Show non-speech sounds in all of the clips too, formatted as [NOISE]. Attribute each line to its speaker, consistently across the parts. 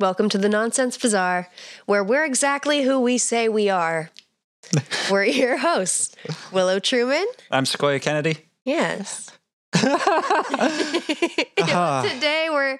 Speaker 1: Welcome to the Nonsense Bazaar, where we're exactly who we say we are. we're your hosts, Willow Truman.
Speaker 2: I'm Sequoia Kennedy.
Speaker 1: [LAUGHS] Yes. Today we're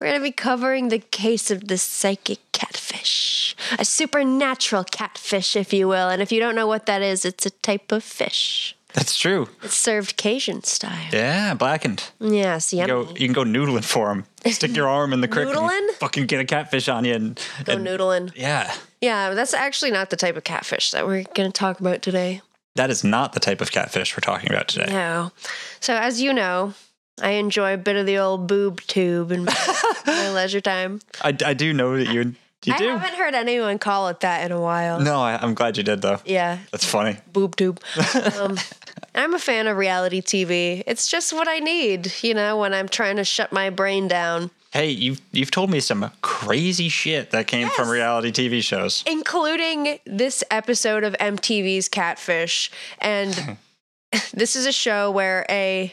Speaker 1: we're gonna be covering the case of the psychic catfish, a supernatural catfish, if you will. And if you don't know what that is, it's a type of fish.
Speaker 2: That's true.
Speaker 1: It's served Cajun style.
Speaker 2: Yeah, blackened.
Speaker 1: Yes,
Speaker 2: You,
Speaker 1: yummy.
Speaker 2: go, you can go noodling for him. Stick your arm in the creek
Speaker 1: Noodling?
Speaker 2: and fucking get a catfish on you. And,
Speaker 1: go
Speaker 2: and-
Speaker 1: noodling.
Speaker 2: Yeah,
Speaker 1: Yeah, that's actually not the type of catfish that we're going to talk about today.
Speaker 2: that is not the type of catfish we're talking about today.
Speaker 1: No. So, as you know, I enjoy a bit of the old boob tube in
Speaker 2: [LAUGHS]
Speaker 1: my, my leisure time.
Speaker 2: I, I do know that you you
Speaker 1: I
Speaker 2: do.
Speaker 1: haven't heard anyone call it that in a while.
Speaker 2: No, I, I'm glad you did though.
Speaker 1: Yeah,
Speaker 2: That's funny.
Speaker 1: boob tube.
Speaker 2: [LAUGHS]
Speaker 1: Um, I'm a fan of reality TV. It's just what I need, you know, when I'm trying to shut my brain down,
Speaker 2: Hey, you've you've told me some crazy shit that came from
Speaker 1: Yes.
Speaker 2: reality TV shows.
Speaker 1: including this episode of MTV's Catfish.
Speaker 2: [LAUGHS]
Speaker 1: And this is a show where a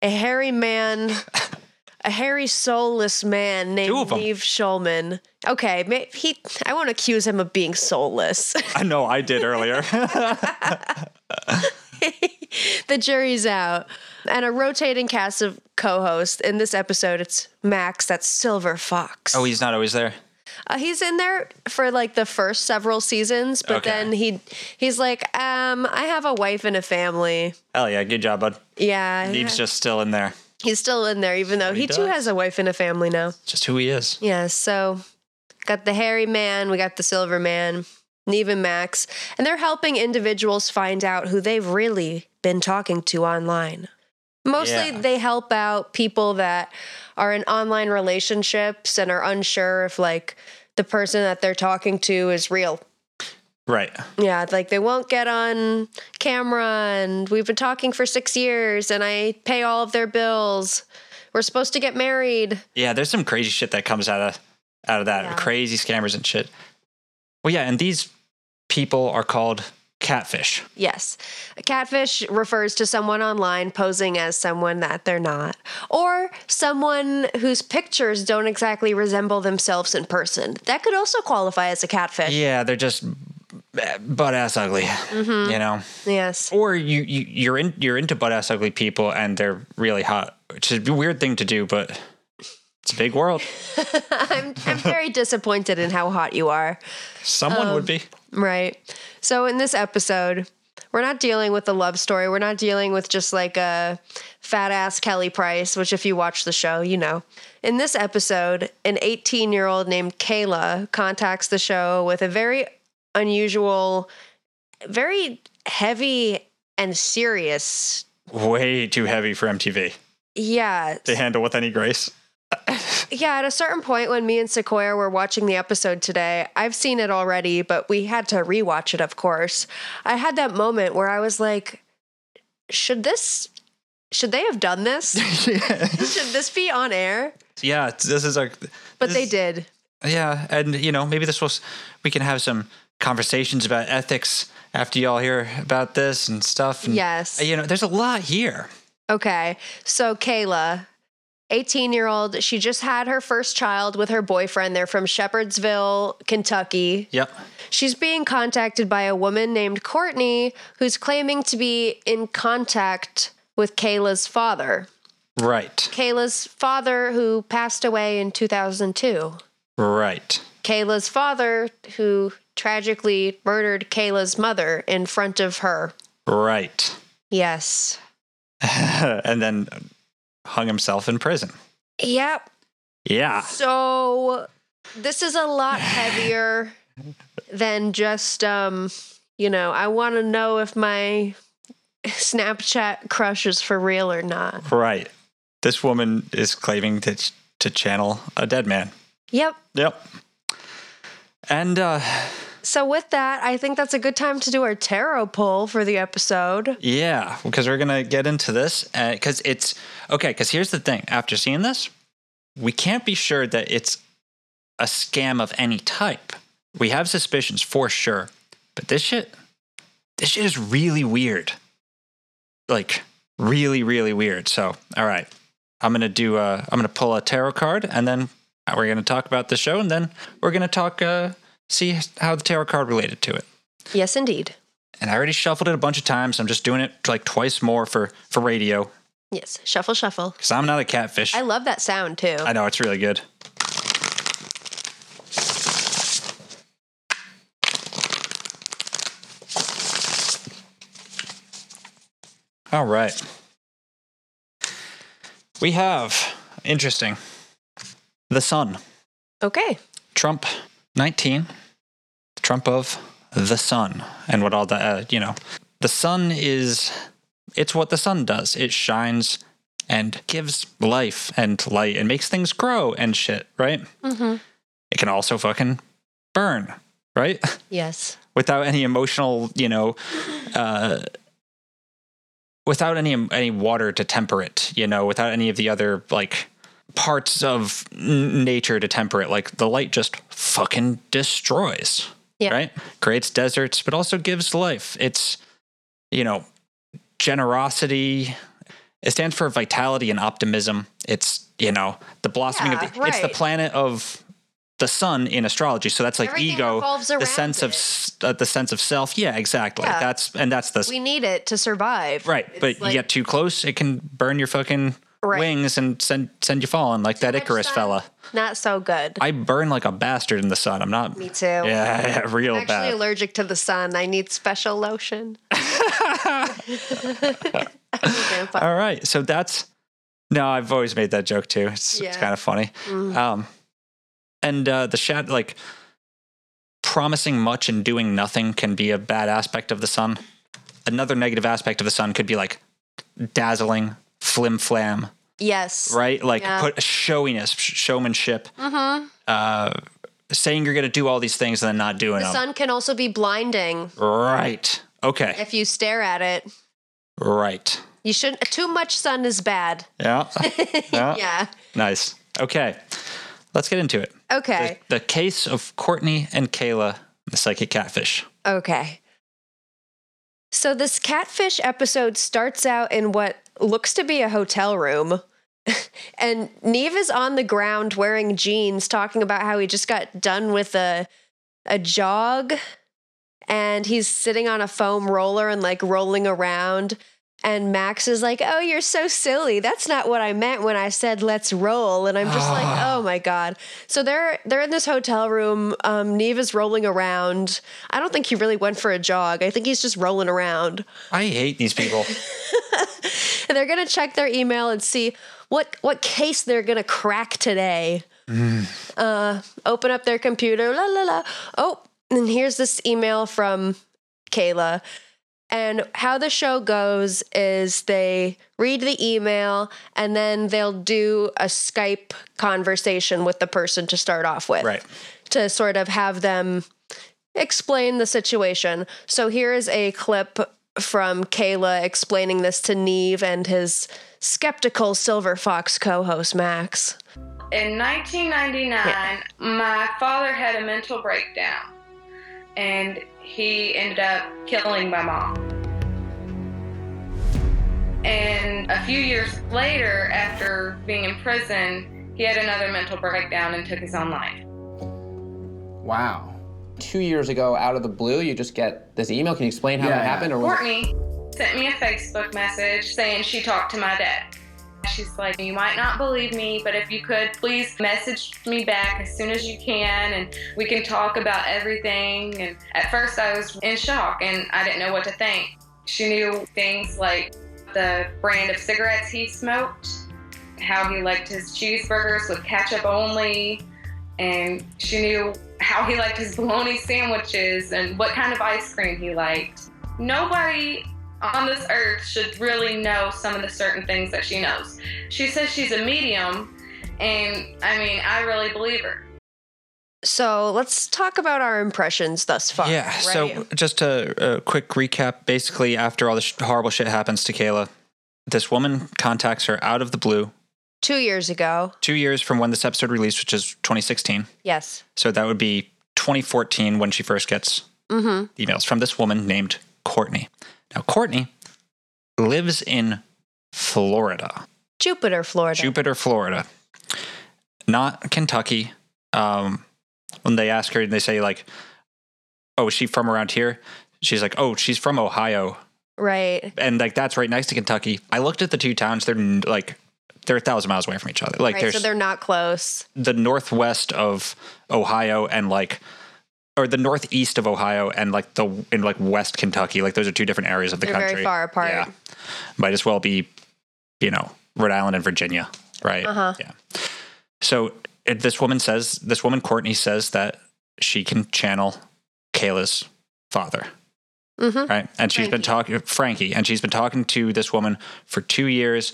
Speaker 1: a hairy man, a hairy soulless man
Speaker 2: Two
Speaker 1: named
Speaker 2: of 'em.
Speaker 1: Neve Schulman. Okay, may- he. I won't accuse him of being soulless. [LAUGHS]
Speaker 2: I know I did earlier.
Speaker 1: the jury's out. And a rotating cast of co hosts. In this episode, it's Max, that's Silver Fox.
Speaker 2: [LAUGHS] oh, he's not always there.
Speaker 1: Uh, he's in there for like the first several seasons, but
Speaker 2: Okay.
Speaker 1: then he he's like, um, I have a wife and a family.
Speaker 2: Hell yeah, good job, bud.
Speaker 1: Yeah.
Speaker 2: Neve's just still in there.
Speaker 1: he's still in there, even though
Speaker 2: he
Speaker 1: he too
Speaker 2: does.
Speaker 1: has a wife and a family now.
Speaker 2: Just who he is.
Speaker 1: Yeah, so got the hairy man, we got the silver man, Neve and Max, and they're helping individuals find out who they've really been talking to online. Mostly
Speaker 2: Yeah.
Speaker 1: they help out people that are in online relationships and are unsure if like the person that they're talking to is real.
Speaker 2: Right.
Speaker 1: Yeah, like they won't get on camera and we've been talking for 6 years and I pay all of their bills. We're supposed to get married.
Speaker 2: Yeah, there's some crazy shit that comes out of out of that.
Speaker 1: Yeah.
Speaker 2: Crazy scammers and shit. Well, yeah, and these people are called catfish.
Speaker 1: Yes. A catfish refers to someone online posing as someone that they're not, or someone whose pictures don't exactly resemble themselves in person. That could also qualify as a catfish.
Speaker 2: Yeah, they're just butt ass ugly.
Speaker 1: Mm-hmm.
Speaker 2: You know,
Speaker 1: Yes.
Speaker 2: or you, you you're in you're into butt ass ugly people and they're really hot, which is a weird thing to do, but it's a big world.
Speaker 1: I'm, I'm very disappointed in how hot you are.
Speaker 2: Someone
Speaker 1: Oh.
Speaker 2: would be.
Speaker 1: Right. So in this episode, we're not dealing with a love story. We're not dealing with just like a fat ass Kelly Price, which if you watch the show, you know. In this episode, an 18 year old named Kayla contacts the show with a very unusual, very heavy and serious.
Speaker 2: Way too heavy for MTV
Speaker 1: Yeah.
Speaker 2: to handle with
Speaker 1: [LAUGHS]
Speaker 2: any grace.
Speaker 1: Yeah, at a certain point when me and Sequoia were watching the episode today, I've seen it already, but we had to rewatch it, of course. I had that moment where I was like, should this should they have done this? [LAUGHS] should this be on air?
Speaker 2: Yeah, it's- this is a.
Speaker 1: But they
Speaker 2: this-
Speaker 1: did.
Speaker 2: Yeah, and you know maybe this was we can have some conversations about ethics after y'all hear about this and stuff. And,
Speaker 1: Yes.
Speaker 2: you know there's a lot here.
Speaker 1: Okay. So Kayla, 18 year old, she just had her first child with her boyfriend. They're from Shepherdsville, Kentucky.
Speaker 2: Yep.
Speaker 1: She's being contacted by a woman named Courtney who's claiming to be in contact with Kayla's father.
Speaker 2: Right.
Speaker 1: Kayla's father, who passed away in 2002.
Speaker 2: Right.
Speaker 1: Kayla's father, who tragically murdered Kayla's mother in front of her.
Speaker 2: Right. [LAUGHS]
Speaker 1: Yes.
Speaker 2: and then hung himself in prison.
Speaker 1: Yep.
Speaker 2: Yeah.
Speaker 1: So this is a lot heavier than just um, you know, I want to know if my Snapchat crush is for real or not.
Speaker 2: Right. This woman is claiming that to channel a dead man.
Speaker 1: Yep.
Speaker 2: Yep. And uh,
Speaker 1: So with that, I think that's a good time to do our tarot pull for the episode.
Speaker 2: yeah, because we're gonna get into this because it's okay. Because here's the thing: after seeing this, we can't be sure that it's a scam of any type. We have suspicions for sure, but this shit, this shit is really weird. Like really, really weird. So, all right, I'm gonna do. Uh, I'm gonna pull a tarot card, and then we're gonna talk about the show, and then we're gonna talk. Uh, see how the tarot card related to it.
Speaker 1: Yes, indeed.
Speaker 2: and I already shuffled it a bunch of times. I'm just doing it like twice more for for radio
Speaker 1: Yes. Shuffle, shuffle.
Speaker 2: because I'm not a catfish.
Speaker 1: I
Speaker 2: I,
Speaker 1: love that sound too.
Speaker 2: know it's really good. All right, we have interesting. The sun,
Speaker 1: Okay.
Speaker 2: Trump, nineteen, Trump of the sun, and what all the uh, you know, the sun is it's what the sun does. It shines and gives life and light and makes things grow and shit, right?
Speaker 1: Mm-hmm.
Speaker 2: It can also fucking burn, right? [LAUGHS]
Speaker 1: Yes.
Speaker 2: Without any emotional, you know, uh, without any any water to temper it, you know, without any of the other like parts of n- nature to temper it, like the light just fucking destroys
Speaker 1: Yeah.
Speaker 2: right? Creates deserts, but also gives life. It's, you know, generosity. It stands for vitality and optimism. It's, you know, the blossoming
Speaker 1: Yeah,
Speaker 2: of the, it's the
Speaker 1: right.
Speaker 2: planet of the sun in astrology. So that's like
Speaker 1: Everything
Speaker 2: ego,
Speaker 1: revolves
Speaker 2: the
Speaker 1: around
Speaker 2: sense of
Speaker 1: it.
Speaker 2: s- uh, the sense of self. Yeah, exactly.
Speaker 1: Yeah.
Speaker 2: That's and that's the
Speaker 1: We need it to survive.
Speaker 2: right.
Speaker 1: It's
Speaker 2: But
Speaker 1: like-
Speaker 2: you get too close, it can burn your fucking
Speaker 1: Right.
Speaker 2: wings and send send you falling like that
Speaker 1: much
Speaker 2: Icarus
Speaker 1: sun.
Speaker 2: fella.
Speaker 1: Not so good.
Speaker 2: I burn like a bastard in the sun. I'm not.
Speaker 1: Me too.
Speaker 2: Yeah, [LAUGHS] yeah, real
Speaker 1: I'm actually
Speaker 2: bad.
Speaker 1: allergic to the sun. I need special
Speaker 2: [LAUGHS]
Speaker 1: lotion. Grandpa.
Speaker 2: All right. So that's no, I've always made that joke too. It's, it's
Speaker 1: Yeah.
Speaker 2: kind of funny.
Speaker 1: Mm.
Speaker 2: Um, and uh, the shadow, like promising much and doing nothing, can be a bad aspect of the sun. Another negative aspect of the sun could be like dazzling, flim flam,
Speaker 1: Yes.
Speaker 2: right? Like
Speaker 1: Yeah.
Speaker 2: put showiness, sh- showmanship,
Speaker 1: Mm-hmm.
Speaker 2: uh, saying you're going to do all these things and then not doing
Speaker 1: The
Speaker 2: them.
Speaker 1: sun can also be blinding
Speaker 2: right. Okay.
Speaker 1: if you stare at it.
Speaker 2: Right.
Speaker 1: You shouldn't. Too much sun is bad. [LAUGHS]
Speaker 2: Yeah. yeah.
Speaker 1: yeah.
Speaker 2: Nice. Okay. Let's get into it.
Speaker 1: Okay.
Speaker 2: The, the case of Courtney and Kayla, the psychic catfish.
Speaker 1: Okay. So this catfish episode starts out in what looks to be a hotel room. [LAUGHS] and Neve is on the ground wearing jeans talking about how he just got done with a a jog and he's sitting on a foam roller and like rolling around and Max is like, "Oh, you're so silly. That's not what I meant when I said let's roll." And I'm just like, "Oh my god." So they're they're in this hotel room. Um, Neve is rolling around. I don't think he really went for a jog. I think he's just rolling around.
Speaker 2: I hate these people.
Speaker 1: [LAUGHS] And they're gonna check their email and see what what case they're gonna crack today. Uh, open up their computer. La la la. Oh, and here's this email from Kayla. And how the show goes is they read the email and then they'll do a Skype conversation with the person to start off with
Speaker 2: right.
Speaker 1: to sort of have them explain the situation. So here is a clip from Kayla explaining this to Neve and his skeptical Silver Fox co host, Max.
Speaker 3: In 1999, my father had a mental breakdown and he ended up killing my mom. And a few years later, after being in prison, he had another mental breakdown and took his own life.
Speaker 4: Wow. Two years ago, out of the blue, you just get this email. Can you explain how
Speaker 5: Yeah,
Speaker 4: that
Speaker 5: yeah.
Speaker 4: happened? Or was it-
Speaker 3: Courtney sent me a Facebook message saying she talked to my dad. She's like, You might not believe me, but if you could, please message me back as soon as you can and we can talk about everything. And at first, I was in shock and I didn't know what to think. She knew things like the brand of cigarettes he smoked, how he liked his cheeseburgers with ketchup only, and she knew how he liked his bologna sandwiches and what kind of ice cream he liked nobody on this earth should really know some of the certain things that she knows. She says she's a medium And I mean, I really believe her.
Speaker 1: So let's talk about our impressions thus far.
Speaker 2: yeah.
Speaker 1: right?
Speaker 2: So just a, a quick recap. Basically, after all this sh- horrible shit happens to Kayla, this woman contacts her out of the blue.
Speaker 1: two years ago,
Speaker 2: Two years from when this episode released, which is 2016.
Speaker 1: yes.
Speaker 2: So that would be 2014 when she first gets
Speaker 1: Mm-hmm.
Speaker 2: emails from this woman named Courtney. Now, Courtney lives in Florida,
Speaker 1: Jupiter, Florida.
Speaker 2: Jupiter, Florida, not Kentucky. Um, when they ask her and they say, like, oh, is she from around here? She's like, oh, she's from Ohio.
Speaker 1: Right.
Speaker 2: And like, that's right next to Kentucky. I looked at the two towns. They're n- like, they're a thousand miles away from each other. Like,
Speaker 1: right.
Speaker 2: there's
Speaker 1: So they're not close.
Speaker 2: the northwest of Ohio and like or the northeast of Ohio and like the in like West Kentucky. Like those are two different areas of the
Speaker 1: They're
Speaker 2: country.
Speaker 1: very far apart.
Speaker 2: Yeah. Might as well be, you know, Rhode Island and Virginia, right?
Speaker 1: Uh-huh.
Speaker 2: Yeah. So it, this woman says, this woman Courtney says that she can channel Kayla's father,
Speaker 1: Mm-hmm.
Speaker 2: right? And she's been talking Frankie, and she's been talking to this woman for two years,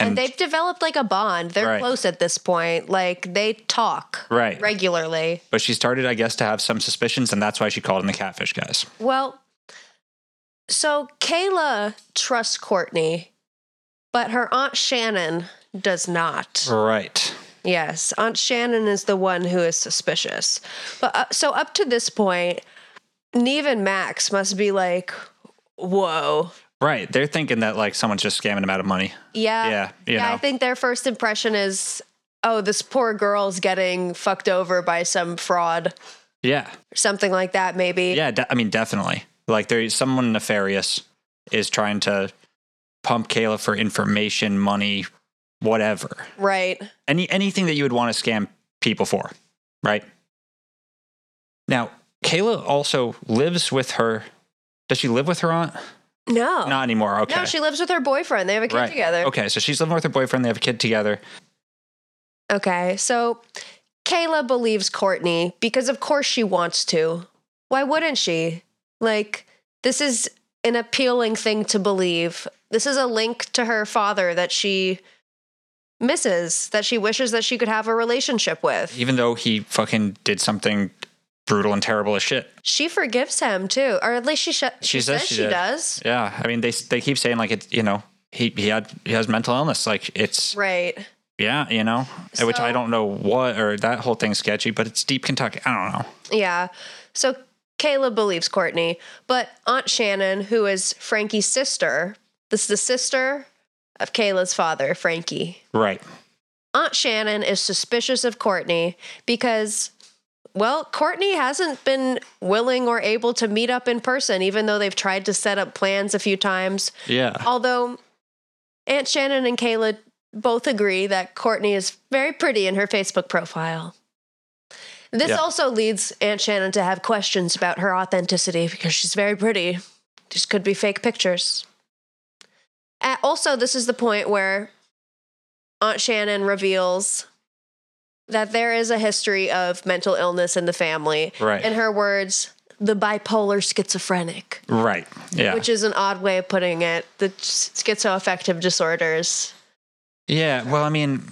Speaker 1: And,
Speaker 2: and,
Speaker 1: they've developed like a bond. They're
Speaker 2: Right.
Speaker 1: close at this point. Like they talk
Speaker 2: right,
Speaker 1: regularly.
Speaker 2: But she started, I guess, to have some suspicions, and that's why she called in the catfish guys.
Speaker 1: Well, so Kayla trusts Courtney, but her aunt Shannon does not.
Speaker 2: Right.
Speaker 1: Yes, Aunt Shannon is the one who is suspicious. But uh, so up to this point, Neve and Max must be like, "Whoa,
Speaker 2: Right. They're thinking that like someone's just scamming them out of money.
Speaker 1: yeah,
Speaker 2: Yeah, you
Speaker 1: yeah." I
Speaker 2: know.
Speaker 1: think their first impression is, "Oh, this poor girl's getting fucked over by some fraud,
Speaker 2: Yeah.
Speaker 1: or something like that, maybe."
Speaker 2: Yeah. De- I mean, definitely. Like there's someone nefarious is trying to pump Kayla for information, money, whatever.
Speaker 1: Right.
Speaker 2: Any anything that you would want to scam people for, right? Now, Kayla also lives with her. Does she live with her aunt?
Speaker 1: No.
Speaker 2: Not anymore. Okay.
Speaker 1: Oh. No, she lives with her boyfriend. They have a kid together.
Speaker 2: Okay, so she's living with her boyfriend. They have a kid together.
Speaker 1: Okay, so Kayla believes Courtney because, of course, she wants to. Why wouldn't she? Like, this is an appealing thing to believe. This is a link to her father that she misses, that she wishes that she could have a relationship with.
Speaker 2: even though he fucking did something brutal and terrible as shit.
Speaker 1: She forgives him too, or at least she sh- she,
Speaker 2: She
Speaker 1: says,
Speaker 2: says she
Speaker 1: she
Speaker 2: did.
Speaker 1: does.
Speaker 2: Yeah, I mean they they keep saying like it, you know, he he had he has mental illness. Like it's
Speaker 1: Right.
Speaker 2: yeah, you know, which I
Speaker 1: So-
Speaker 2: don't know what or that whole thing's sketchy, but it's deep Kentucky. I don't know.
Speaker 1: Yeah. So Kayla believes Courtney, but Aunt Shannon, who is Frankie's sister, this is the sister of Kayla's father, Frankie.
Speaker 2: Right.
Speaker 1: Aunt Shannon is suspicious of Courtney because, well, Courtney hasn't been willing or able to meet up in person, even though they've tried to set up plans a few times.
Speaker 2: Yeah.
Speaker 1: Although Aunt Shannon and Kayla both agree that Courtney is very pretty in her Facebook profile. This
Speaker 2: Yeah.
Speaker 1: also leads Aunt Shannon to have questions about her authenticity because she's very pretty. Just could be fake pictures. Uh, also, this is the point where Aunt Shannon reveals that there is a history of mental illness in the family.
Speaker 2: Right.
Speaker 1: In her words, the bipolar schizophrenic
Speaker 2: Right. Yeah.
Speaker 1: which is an odd way of putting it. The schizoaffective disorders.
Speaker 2: yeah. Well, I mean,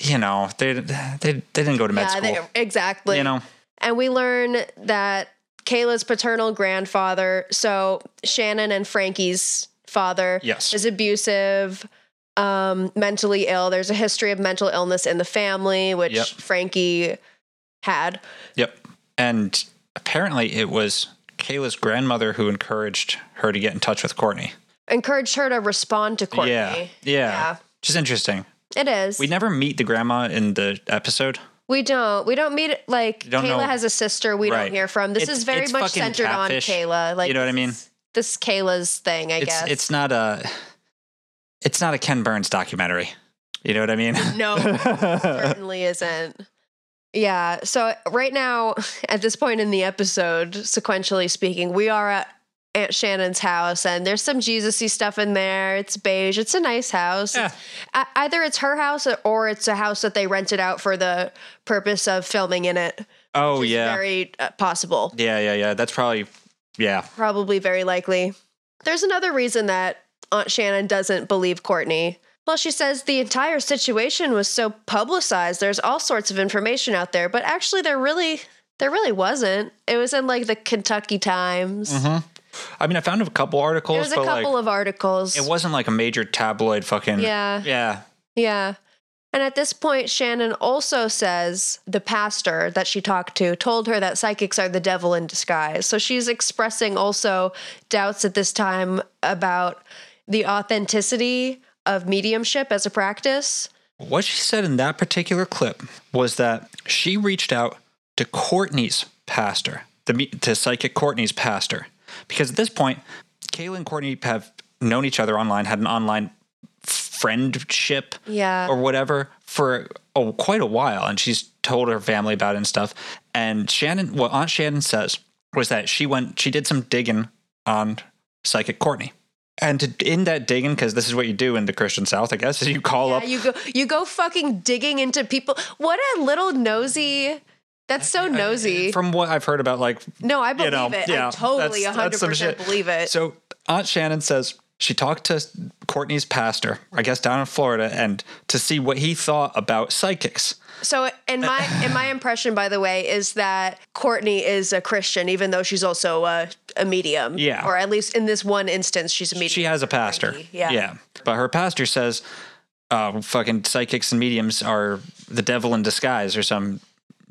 Speaker 2: you know, they they they didn't go to med
Speaker 1: yeah,
Speaker 2: school.
Speaker 1: they, exactly.
Speaker 2: you know.
Speaker 1: And we learn that Kayla's paternal grandfather, so Shannon and Frankie's father,
Speaker 2: Yes.
Speaker 1: is abusive, um, mentally ill. There's a history of mental illness in the family, which
Speaker 2: Yep.
Speaker 1: Frankie had.
Speaker 2: Yep. And apparently it was Kayla's grandmother who encouraged her to get in touch with Courtney.
Speaker 1: Encouraged her to respond to Courtney.
Speaker 2: Yeah. Yeah.
Speaker 1: Yeah.
Speaker 2: Which is interesting.
Speaker 1: It is.
Speaker 2: We never meet the grandma in the episode.
Speaker 1: We don't. We don't meet like
Speaker 2: You don't
Speaker 1: Kayla
Speaker 2: know-
Speaker 1: has a sister we
Speaker 2: Right.
Speaker 1: don't hear from. This
Speaker 2: It's-
Speaker 1: is very
Speaker 2: it's
Speaker 1: much
Speaker 2: fucking
Speaker 1: centered
Speaker 2: catfish.
Speaker 1: on Kayla. Like
Speaker 2: You know what I mean?
Speaker 1: This, this is Kayla's thing, I
Speaker 2: it's
Speaker 1: guess.
Speaker 2: it's not a it's not a Ken Burns documentary. You know what I mean?
Speaker 1: [LAUGHS] no, certainly isn't. Yeah. So right now, [LAUGHS] at this point in the episode, sequentially speaking, we are at Aunt Shannon's house, and there's some Jesusy stuff in there. It's beige. It's a nice house.
Speaker 2: Yeah.
Speaker 1: It's- e- either it's her house or, or it's a house that they rented out for the purpose of filming in it.
Speaker 2: [LAUGHS] Oh
Speaker 1: which is
Speaker 2: yeah.
Speaker 1: Very uh, possible.
Speaker 2: yeah, yeah, yeah. That's probably yeah.
Speaker 1: probably very likely. There's another reason that Aunt Shannon doesn't believe Courtney. Well, she says the entire situation was so publicized. There's all sorts of information out there, but actually, there really, there really wasn't. It was in like the Kentucky Times.
Speaker 2: I mean, I found a couple articles,
Speaker 1: There was a
Speaker 2: but
Speaker 1: couple
Speaker 2: like
Speaker 1: of articles.
Speaker 2: it wasn't like a major tabloid fucking.
Speaker 1: Yeah.
Speaker 2: Yeah.
Speaker 1: Yeah. And at this point, Shannon also says the pastor that she talked to told her that psychics are the devil in disguise. So she's expressing also doubts at this time about the authenticity of mediumship as a practice.
Speaker 2: What she said in that particular clip was that she reached out to Courtney's pastor, the, me- to psychic Courtney's pastor, because at this point, Kayla and Courtney have known each other online, had an online friendship
Speaker 1: Yeah.
Speaker 2: or whatever for a, quite a while. And she's told her family about it and stuff. And Shannon, what Aunt Shannon says was that she went, she did some digging on psychic Courtney. And to, in that digging, because this is what you do in the Christian South, I guess, [LAUGHS] is you call up
Speaker 1: Yeah, you go you go fucking digging into people. What a little nosy. That's so nosy.
Speaker 2: From what I've heard about, like,
Speaker 1: no, I believe
Speaker 2: you know,
Speaker 1: it.
Speaker 2: yeah,
Speaker 1: I totally
Speaker 2: that's- that's some
Speaker 1: 100%
Speaker 2: shit.
Speaker 1: believe it.
Speaker 2: So Aunt Shannon says she talked to Courtney's pastor, I guess down in Florida, and to see what he thought about psychics.
Speaker 1: So, and my and my impression, by the way, is that Courtney is a Christian, even though she's also a, a medium.
Speaker 2: Yeah.
Speaker 1: Or at least in this one instance, she's a medium.
Speaker 2: She has a pastor.
Speaker 1: Frankie, yeah.
Speaker 2: Yeah. But her pastor says, uh, fucking psychics and mediums are the devil in disguise or some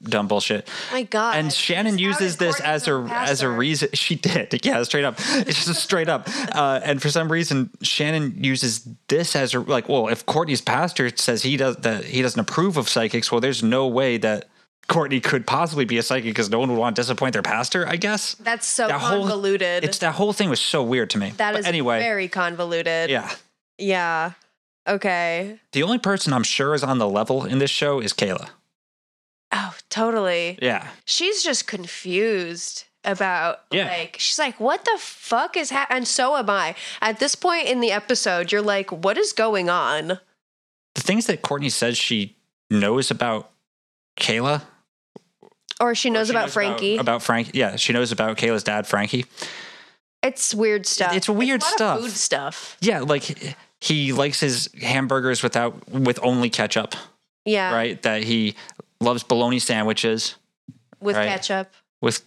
Speaker 2: dumb bullshit.
Speaker 1: My God.
Speaker 2: and Shannon
Speaker 1: She's
Speaker 2: uses
Speaker 1: outed
Speaker 2: this as her
Speaker 1: Courtney for
Speaker 2: as a
Speaker 1: pastor.
Speaker 2: reason. [LAUGHS] She did, yeah, straight up. [LAUGHS] It's just straight up. Uh, and for some reason, Shannon uses this as her like. Well, if Courtney's pastor says he does that he doesn't approve of psychics, well, there's no way that Courtney could possibly be a psychic because no one would want to disappoint their pastor. I guess
Speaker 1: That's so
Speaker 2: That whole-
Speaker 1: convoluted.
Speaker 2: it's that whole thing was so weird to me.
Speaker 1: that
Speaker 2: But
Speaker 1: is
Speaker 2: anyway.
Speaker 1: very convoluted.
Speaker 2: yeah.
Speaker 1: Yeah. Okay.
Speaker 2: The only person I'm sure is on the level in this show is Kayla.
Speaker 1: Oh, totally.
Speaker 2: Yeah.
Speaker 1: She's just confused about
Speaker 2: Yeah.
Speaker 1: like she's like what the fuck is ha-? and so am I. At this point in the episode, you're like what is going on?
Speaker 2: The things that Courtney says she knows about Kayla
Speaker 1: Or she knows
Speaker 2: She
Speaker 1: about Frankie.
Speaker 2: About, Frank. Yeah, she knows about Kayla's dad, Frankie.
Speaker 1: It's weird stuff.
Speaker 2: It's weird
Speaker 1: a lot of
Speaker 2: stuff.
Speaker 1: food stuff.
Speaker 2: Yeah, like he likes his hamburgers without with only ketchup,
Speaker 1: Yeah.
Speaker 2: right? That he loves bologna sandwiches
Speaker 1: With
Speaker 2: right.
Speaker 1: ketchup.
Speaker 2: with.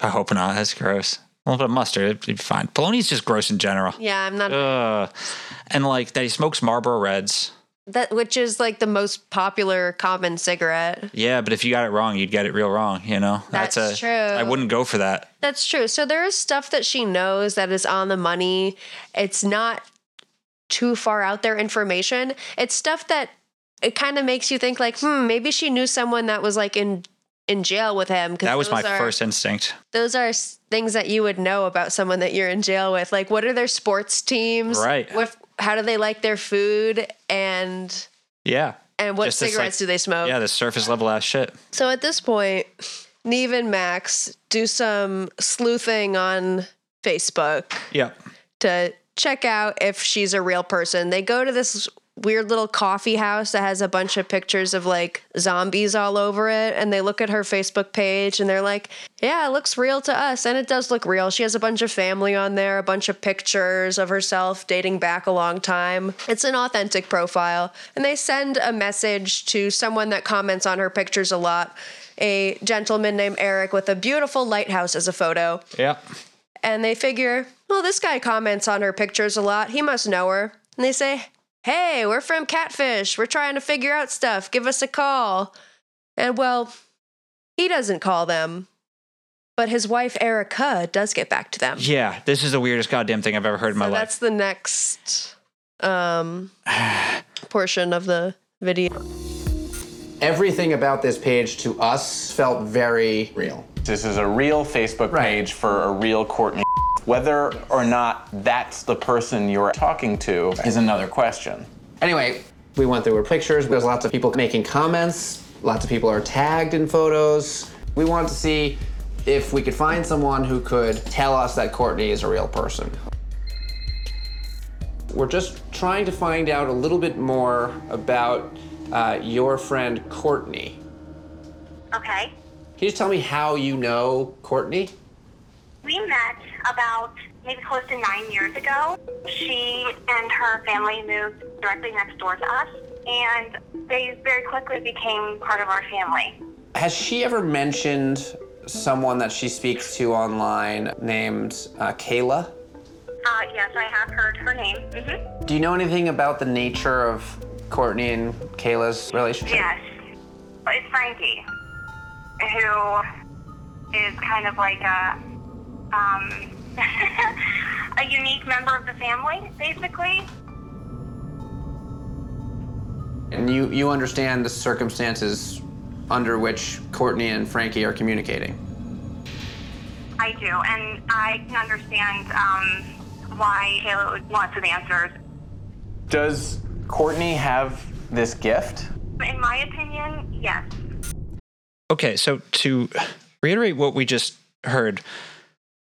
Speaker 2: I hope not. That's gross. A little bit of mustard, it'd be fine. Bologna's just gross in general.
Speaker 1: Yeah, I'm
Speaker 2: Uh,
Speaker 1: not
Speaker 2: Ugh. And like that, he smokes Marlboro Reds.
Speaker 1: that which is like the most popular common cigarette.
Speaker 2: Yeah, but if you got it wrong, you'd get it real wrong. You know,
Speaker 1: That's
Speaker 2: a,
Speaker 1: true.
Speaker 2: I wouldn't go for that.
Speaker 1: That's true. So there is stuff that she knows that is on the money. It's not too far out there information. It's stuff that it kind of makes you think like, hmm, maybe she knew someone that was like in in jail with him. 'cause
Speaker 2: That was my
Speaker 1: those are-
Speaker 2: first instinct.
Speaker 1: those are s- things that you would know about someone that you're in jail with. Like, what are their sports teams?
Speaker 2: Right.
Speaker 1: What, how do they like their food? And
Speaker 2: Yeah,
Speaker 1: and um, what
Speaker 2: Just this,
Speaker 1: cigarettes
Speaker 2: like-
Speaker 1: do they smoke?
Speaker 2: yeah, the surface level ass shit.
Speaker 1: So at this point, Neve and Max do some sleuthing on Facebook
Speaker 2: Yep.
Speaker 1: to check out if she's a real person. They go to this weird little coffee house that has a bunch of pictures of like zombies all over it and they look at her Facebook page and they're like, "Yeah, it looks real to us." And it does look real. She has a bunch of family on there, a bunch of pictures of herself dating back a long time. It's an authentic profile. And they send a message to someone that comments on her pictures a lot. A gentleman named Eric with a beautiful lighthouse as a photo
Speaker 2: Yep.
Speaker 1: and they figure, well, this guy comments on her pictures a lot. He must know her. And they say, hey, we're from Catfish. We're trying to figure out stuff. Give us a call. And well, he doesn't call them, but his wife, Erica, does get back to them.
Speaker 2: Yeah, this is the weirdest goddamn thing I've ever heard in my
Speaker 1: so
Speaker 2: life.
Speaker 1: that's the next
Speaker 2: [SIGHS]
Speaker 1: um, portion of the video.
Speaker 4: Everything about this page to us felt very real.
Speaker 5: This is a real Facebook page for a real Courtney. Whether or not that's the person you're talking to is another question.
Speaker 4: Anyway, we went through her pictures. There's lots of people making comments. Lots of people are tagged in photos. We wanted to see if we could find someone who could tell us that Courtney is a real person. We're just trying to find out a little bit more about uh, your friend Courtney.
Speaker 6: Okay.
Speaker 4: Can you just tell me how you know Courtney?
Speaker 6: We met about maybe close to nine years ago. She and her family moved directly next door to us, and they very quickly became part of our family.
Speaker 4: Has she ever mentioned someone that she speaks to online named uh, Kayla?
Speaker 6: Uh, yes, I have heard her name. hmm
Speaker 4: Do you know anything about the nature of Courtney and Kayla's relationship?
Speaker 6: Yes. It's Frankie, who is kind of like a, um, [LAUGHS] a unique member of the family, basically.
Speaker 4: And you, you understand the circumstances under which Courtney and Frankie are communicating.
Speaker 6: I do, and I can understand um, why Kayla wants some answers.
Speaker 5: Does Courtney have this gift?
Speaker 6: In my opinion, yes.
Speaker 2: Okay, so to reiterate what we just heard,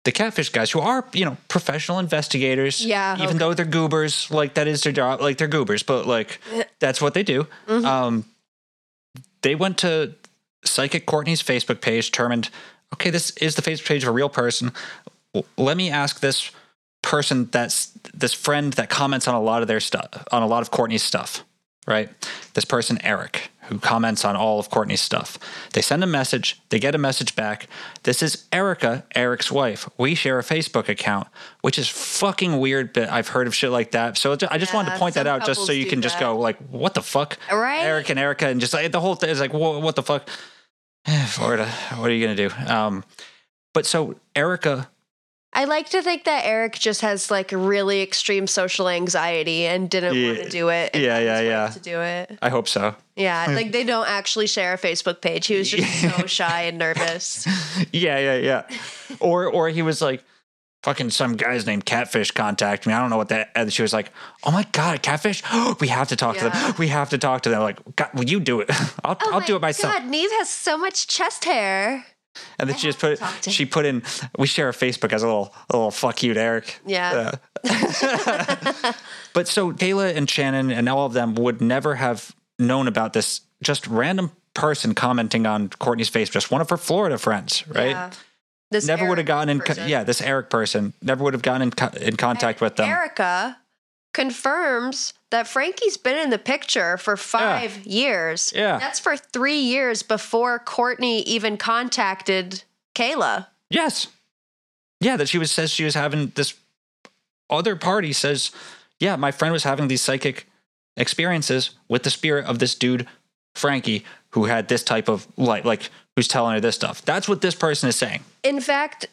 Speaker 2: the catfish guys who are, you know, professional investigators.
Speaker 1: Yeah,
Speaker 2: Even
Speaker 1: okay.
Speaker 2: though they're goobers, like that is their job, like they're goobers, but like
Speaker 1: Uh,
Speaker 2: that's what they do.
Speaker 1: mm-hmm.
Speaker 2: Um, they went to Psychic Courtney's Facebook page, determined, okay, this is the Facebook page of a real person. L- Let me ask this person that's this friend that comments on a lot of their stuff, on a lot of Courtney's stuff, right? This person, Eric, who comments on all of Courtney's stuff. They send a message, they get a message back. This is Erica, Eric's wife. We share a Facebook account, which is fucking weird, but I've heard of shit like that. So it's- I just wanted to
Speaker 1: Yeah,
Speaker 2: point that
Speaker 1: some
Speaker 2: out just so
Speaker 1: couples
Speaker 2: you
Speaker 1: do
Speaker 2: can just
Speaker 1: that.
Speaker 2: go, like, what the fuck?
Speaker 1: Right?
Speaker 2: Eric and Erica, and just like the whole thing is like, wha- what the fuck? [SIGHS] Florida, what are you gonna do? Um, but so Erica,
Speaker 1: I like to think that Eric just has like really extreme social anxiety and didn't want
Speaker 2: Yeah.
Speaker 1: to do it. and
Speaker 2: Yeah,
Speaker 1: found
Speaker 2: yeah,
Speaker 1: his way
Speaker 2: yeah.
Speaker 1: To do it,
Speaker 2: Uh, I hope so.
Speaker 1: yeah. Like they don't actually share a Facebook page. He was just so shy and nervous.
Speaker 2: [LAUGHS] Yeah, yeah, yeah. or or he was like, fucking some guy's named Catfish contacted me. I don't know what that. And she was like, oh my god, Catfish, [GASPS] we have to talk to
Speaker 1: Yeah. Oh
Speaker 2: them. We have to talk to them. Like, God, will you do it? [LAUGHS] I'll [LAUGHS] I'll do it myself.
Speaker 1: God, Neve has so much chest hair.
Speaker 2: And then she just put
Speaker 1: talk
Speaker 2: it,
Speaker 1: to
Speaker 2: she put in we share a Facebook as a little a little fuck you to Eric.
Speaker 1: Yeah. [LAUGHS]
Speaker 2: Yeah. but so Kayla and Shannon and all of them would never have known about this just random person commenting on Courtney's face, just one of her Florida friends, right?
Speaker 1: Yeah. This
Speaker 2: Never would
Speaker 1: Eric
Speaker 2: have gotten in co-
Speaker 1: person.
Speaker 2: yeah, this Eric person never would have gotten in, co- in contact with them.
Speaker 1: Erica confirms that Frankie's been in the picture for five years.
Speaker 2: Yeah.
Speaker 1: That's for three years before Courtney even contacted Kayla.
Speaker 2: Yes. Yeah, that she was says she was having this other party says, yeah, my friend was having these psychic experiences with the spirit of this dude Frankie who had this type of light, like who's telling her this stuff. That's what this person is saying.
Speaker 1: In fact,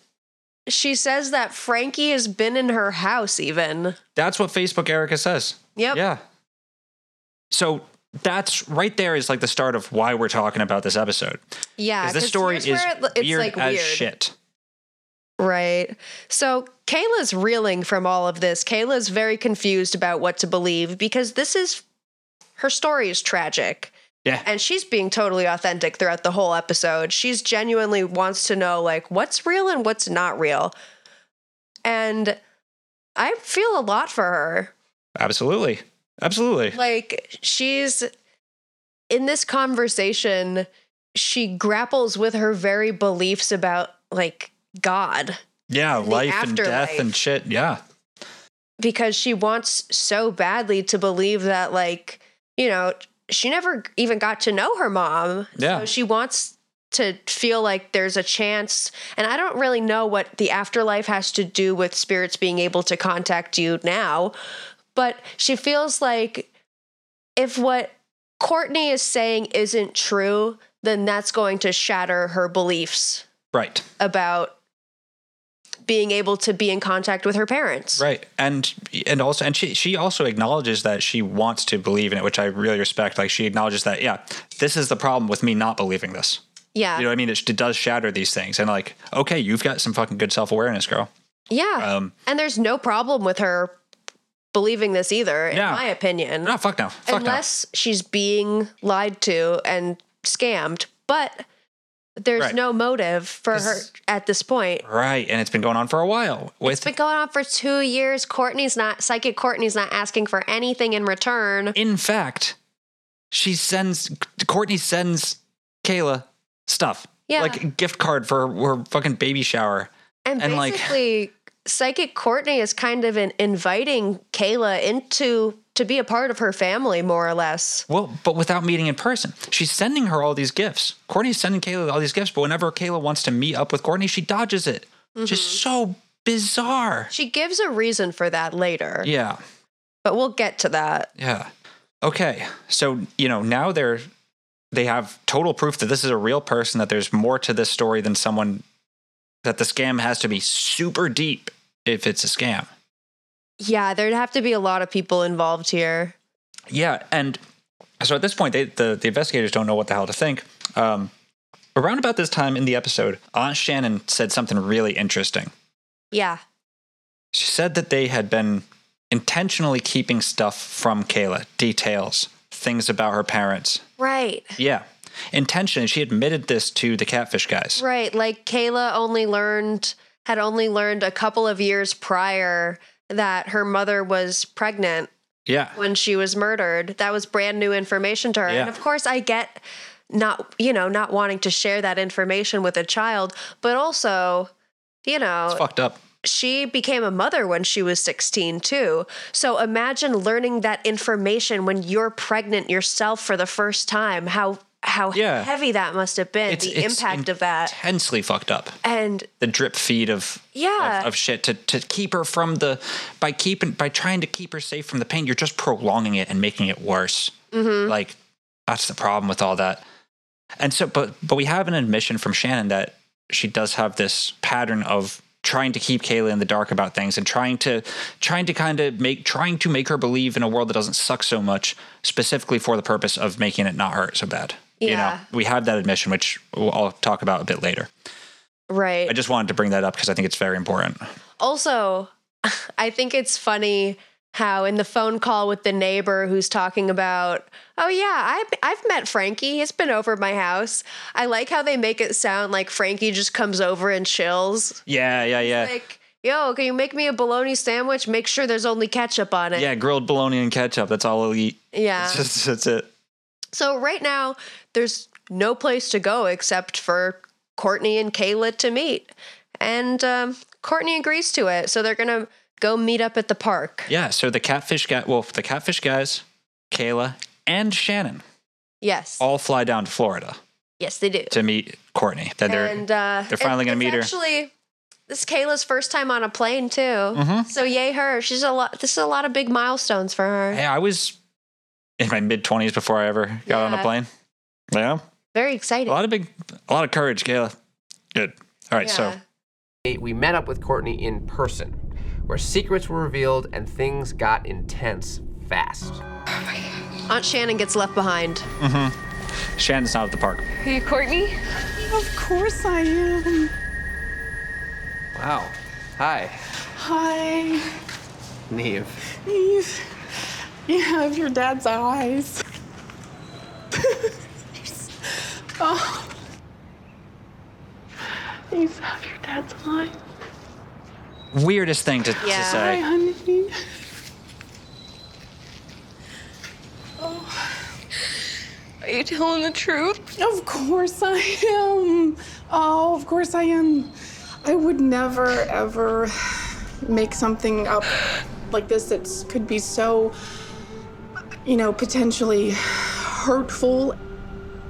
Speaker 1: she says that Frankie has been in her house even.
Speaker 2: That's what Facebook Erica says.
Speaker 1: Yep.
Speaker 2: Yeah. So that's right there is like the start of why we're talking about this episode.
Speaker 1: Yeah.
Speaker 2: Because
Speaker 1: 'cause
Speaker 2: this story
Speaker 1: here's
Speaker 2: is
Speaker 1: where it- it's
Speaker 2: weird
Speaker 1: like
Speaker 2: as
Speaker 1: weird.
Speaker 2: shit.
Speaker 1: Right. So Kayla's reeling from all of this. Kayla's very confused about what to believe because this is her story is tragic.
Speaker 2: Yeah.
Speaker 1: And she's being totally authentic throughout the whole episode. She's genuinely wants to know like what's real and what's not real. And I feel a lot for her.
Speaker 2: Absolutely. Absolutely.
Speaker 1: Like she's in this conversation, she grapples with her very beliefs about like God.
Speaker 2: Yeah, life and death
Speaker 1: afterlife.
Speaker 2: and shit. Yeah.
Speaker 1: because she wants so badly to believe that like you know she never even got to know her mom
Speaker 2: Yeah.
Speaker 1: so she wants to feel like there's a chance and i don't really know what the afterlife has to do with spirits being able to contact you now but she feels like if what courtney is saying isn't true then that's going to shatter her beliefs
Speaker 2: Right.
Speaker 1: about being able to be in contact with her parents
Speaker 2: right and and also and she she also acknowledges that she wants to believe in it which i really respect like she acknowledges that yeah this is the problem with me not believing this
Speaker 1: yeah
Speaker 2: you know what i mean it, it does shatter these things and like okay you've got some fucking good self-awareness girl
Speaker 1: Yeah.
Speaker 2: um
Speaker 1: and there's no problem with her believing this either, in
Speaker 2: Yeah.
Speaker 1: my opinion.
Speaker 2: no fuck no fuck
Speaker 1: unless she's being lied to and scammed. But there's
Speaker 2: Right.
Speaker 1: no motive for her
Speaker 2: This-
Speaker 1: at this point.
Speaker 2: no right and it's been going on for a while
Speaker 1: It's
Speaker 2: with
Speaker 1: been going on for two years. Courtney's not psychic Courtney's not asking for anything in return.
Speaker 2: in fact she sends courtney sends kayla stuff
Speaker 1: Yeah.
Speaker 2: like gift card for her, her fucking baby shower
Speaker 1: And,
Speaker 2: and, like-
Speaker 1: basically psychic Courtney is kind of in inviting Kayla into to be a part of her family, more or less.
Speaker 2: Well, but without meeting in person. She's sending her all these gifts. Courtney's sending Kayla all these gifts, but whenever Kayla wants to meet up with Courtney, she dodges it. Just so bizarre.
Speaker 1: She gives a reason for that later,
Speaker 2: Yeah.
Speaker 1: but we'll get to that.
Speaker 2: Yeah. Okay. So, you know, now they're they have total proof that this is a real person, that there's more to this story than someone that the scam has to be super deep if it's a scam.
Speaker 1: Yeah, there'd have to be a lot of people involved here.
Speaker 2: Yeah, and so at this point, they, the the investigators don't know what the hell to think. Um, around about this time in the episode, Aunt Shannon said something really interesting.
Speaker 1: Yeah.
Speaker 2: She said that they had been intentionally keeping stuff from Kayla, details, things about her parents.
Speaker 1: Right.
Speaker 2: Yeah, intentionally. She admitted this to the catfish guys.
Speaker 1: Right. Like Kayla only learned, had only learned a couple of years prior that her mother was pregnant
Speaker 2: Yeah,
Speaker 1: when she was murdered. That was brand new information to her.
Speaker 2: Yeah.
Speaker 1: And of course, I get not, you know, not wanting to share that information with a child, but also, you know,
Speaker 2: it's fucked up.
Speaker 1: she became a mother when she was 16 too. So imagine learning that information when you're pregnant yourself for the first time. How how
Speaker 2: Yeah.
Speaker 1: heavy that must have been.
Speaker 2: It's,
Speaker 1: the
Speaker 2: it's
Speaker 1: impact of that.
Speaker 2: intensely fucked up.
Speaker 1: And
Speaker 2: The drip feed of
Speaker 1: yeah.
Speaker 2: of, of shit to, to keep her from the by keeping by trying to keep her safe from the pain you're just prolonging it and making it worse
Speaker 1: Mm-hmm.
Speaker 2: like that's the problem with all that and so but but we have an admission from shannon that she does have this pattern of trying to keep kayla in the dark about things and trying to trying to kind of make trying to make her believe in a world that doesn't suck so much specifically for the purpose of making it not hurt so bad you know
Speaker 1: Yeah.
Speaker 2: we have that admission which i'll talk about a bit later
Speaker 1: right.
Speaker 2: i just wanted to bring that up because i think it's very important
Speaker 1: Also, [LAUGHS] I think it's funny how in the phone call with the neighbor who's talking about, oh yeah, I've, I've met Frankie. He's been over my house. I like how they make it sound like Frankie just comes over and chills.
Speaker 2: yeah yeah yeah
Speaker 1: Like, yo, can you make me a bologna sandwich? Make sure there's only ketchup on it.
Speaker 2: Yeah, grilled bologna and ketchup. That's all I'll eat.
Speaker 1: Yeah.
Speaker 2: That's, just, that's it.
Speaker 1: so right now, there's no place to go except for Courtney and Kayla to meet. And um, Courtney agrees to it. So they're going to go meet up at the park.
Speaker 2: Yeah. So the catfish guy, well, the catfish guys, Kayla and Shannon
Speaker 1: Yes.
Speaker 2: all fly down to Florida
Speaker 1: Yes, they do.
Speaker 2: to meet Courtney. Then they're
Speaker 1: and uh,
Speaker 2: they're finally
Speaker 1: and
Speaker 2: gonna
Speaker 1: it's
Speaker 2: meet her.
Speaker 1: Actually, this is Kayla's first time on a plane too.
Speaker 2: Mm-hmm.
Speaker 1: So yay her! She's a lot. This is a lot of big milestones for her.
Speaker 2: hey, I was in my mid twenties before I ever got on a
Speaker 1: Yeah.
Speaker 2: plane. Yeah,
Speaker 1: Very
Speaker 2: a
Speaker 1: exciting.
Speaker 2: lot of big, a lot of courage, Kayla. Good. All right, so
Speaker 1: Yeah.
Speaker 4: We met up with Courtney in person, where secrets were revealed and things got intense fast.
Speaker 1: Aunt Shannon gets left behind.
Speaker 2: Shannon's not at the park.
Speaker 7: Are you Courtney? Of course I am.
Speaker 4: Wow. Hi,
Speaker 7: Hi,
Speaker 4: Neve.
Speaker 7: Eve. You have your dad's eyes. oh. You have your dad's eyes.
Speaker 2: Weirdest thing to, to
Speaker 1: Yeah.
Speaker 7: Hi,
Speaker 2: say.
Speaker 7: honey. Oh.
Speaker 8: Are you telling the truth?
Speaker 7: Of course I am. Oh, of course I am. I would never ever make something up like this that could be so, you know, potentially hurtful.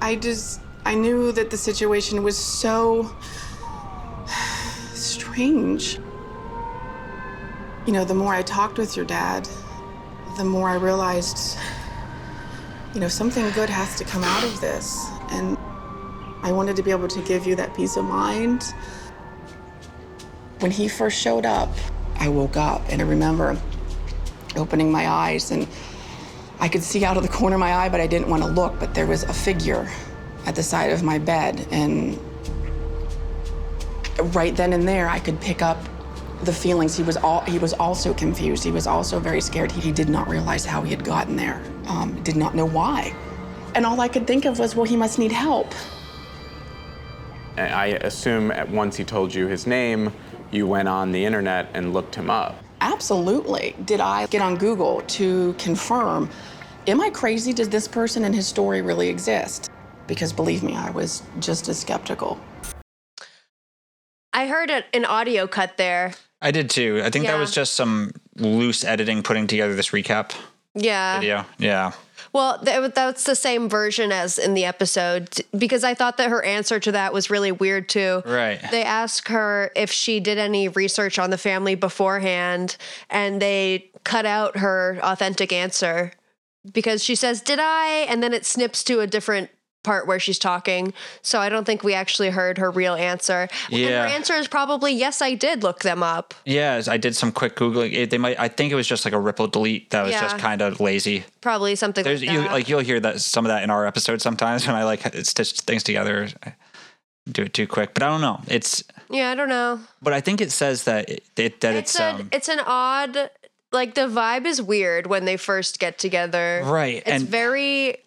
Speaker 7: I just, I knew that the situation was so strange. You know, the more I talked with your dad, the more I realized you know, something good has to come out of this. And I wanted to be able to give you that peace of mind. When he first showed up, I woke up and I remember opening my eyes and I could see out of the corner of my eye, but I didn't want to look. But there was a figure at the side of my bed. And right then and there, I could pick up the feelings he was all he was also confused he was also very scared he, he did not realize how he had gotten there um, did not know why and all i could think of was well he must need help
Speaker 5: And I assume at once he told you his name, you went on the internet and looked him up.
Speaker 7: absolutely did i get on google to confirm am i crazy does this person and his story really exist because believe me i was just as skeptical
Speaker 1: I heard a, an audio cut there.
Speaker 2: I did too. I think
Speaker 1: Yeah.
Speaker 2: that was just some loose editing putting together this recap.
Speaker 1: Yeah.
Speaker 2: video. Yeah.
Speaker 1: Well, th- that's the same version as in the episode t- because I thought that her answer to that was really weird too.
Speaker 2: Right.
Speaker 1: They ask her if she did any research on the family beforehand and they cut out her authentic answer because she says, Did I? And then it snips to a different part where she's talking. So I don't think we actually heard her real answer. And
Speaker 2: Yeah.
Speaker 1: her answer is probably, Yes, I did look them up.
Speaker 2: Yeah, I did some quick googling. It, they might. I think it was just like a ripple delete that was
Speaker 1: Yeah.
Speaker 2: just kind of lazy.
Speaker 1: Probably something
Speaker 2: There's
Speaker 1: like
Speaker 2: you
Speaker 1: that.
Speaker 2: like you'll hear that some of that in our episode sometimes [LAUGHS] when I like stitch things together, I do it too quick. But I don't know. It's
Speaker 1: yeah, I don't know.
Speaker 2: but I think it says that it, it that it's,
Speaker 1: it's an
Speaker 2: um,
Speaker 1: it's an odd like the vibe is weird when they first get together.
Speaker 2: Right,
Speaker 1: It's
Speaker 2: and-
Speaker 1: very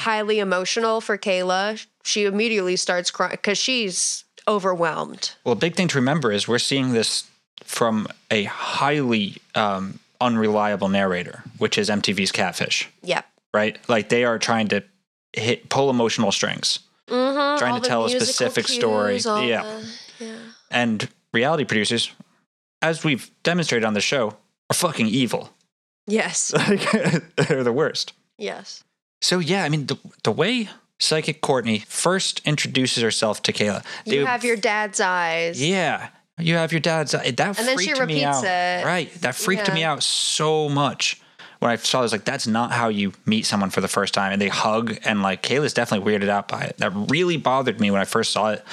Speaker 1: highly emotional for Kayla. She immediately starts crying because she's overwhelmed.
Speaker 2: well. Big thing to remember is we're seeing this from a highly um, unreliable narrator, which is MTV's Catfish,
Speaker 1: Yep.
Speaker 2: right? Like they are trying to hit pull emotional strings.
Speaker 1: Mm-hmm.
Speaker 2: Trying to tell a specific story. Yeah. and reality producers, as we've demonstrated on the show, are fucking evil. [LAUGHS]
Speaker 1: Yes.
Speaker 2: They're the worst.
Speaker 1: [LAUGHS] yes.
Speaker 2: So yeah, I mean the the way psychic Courtney first introduces herself to Kayla,
Speaker 1: You
Speaker 2: they-
Speaker 1: have your dad's eyes.
Speaker 2: yeah, you have your dad's uh, that
Speaker 1: And then she
Speaker 2: freaked me
Speaker 1: repeats
Speaker 2: out.
Speaker 1: it.
Speaker 2: Right, that freaked
Speaker 1: Yeah.
Speaker 2: me out so much when I saw. I was like, that's not how you meet someone for the first time, and they hug, and like Kayla's definitely weirded out by it. That really bothered me when I first saw it.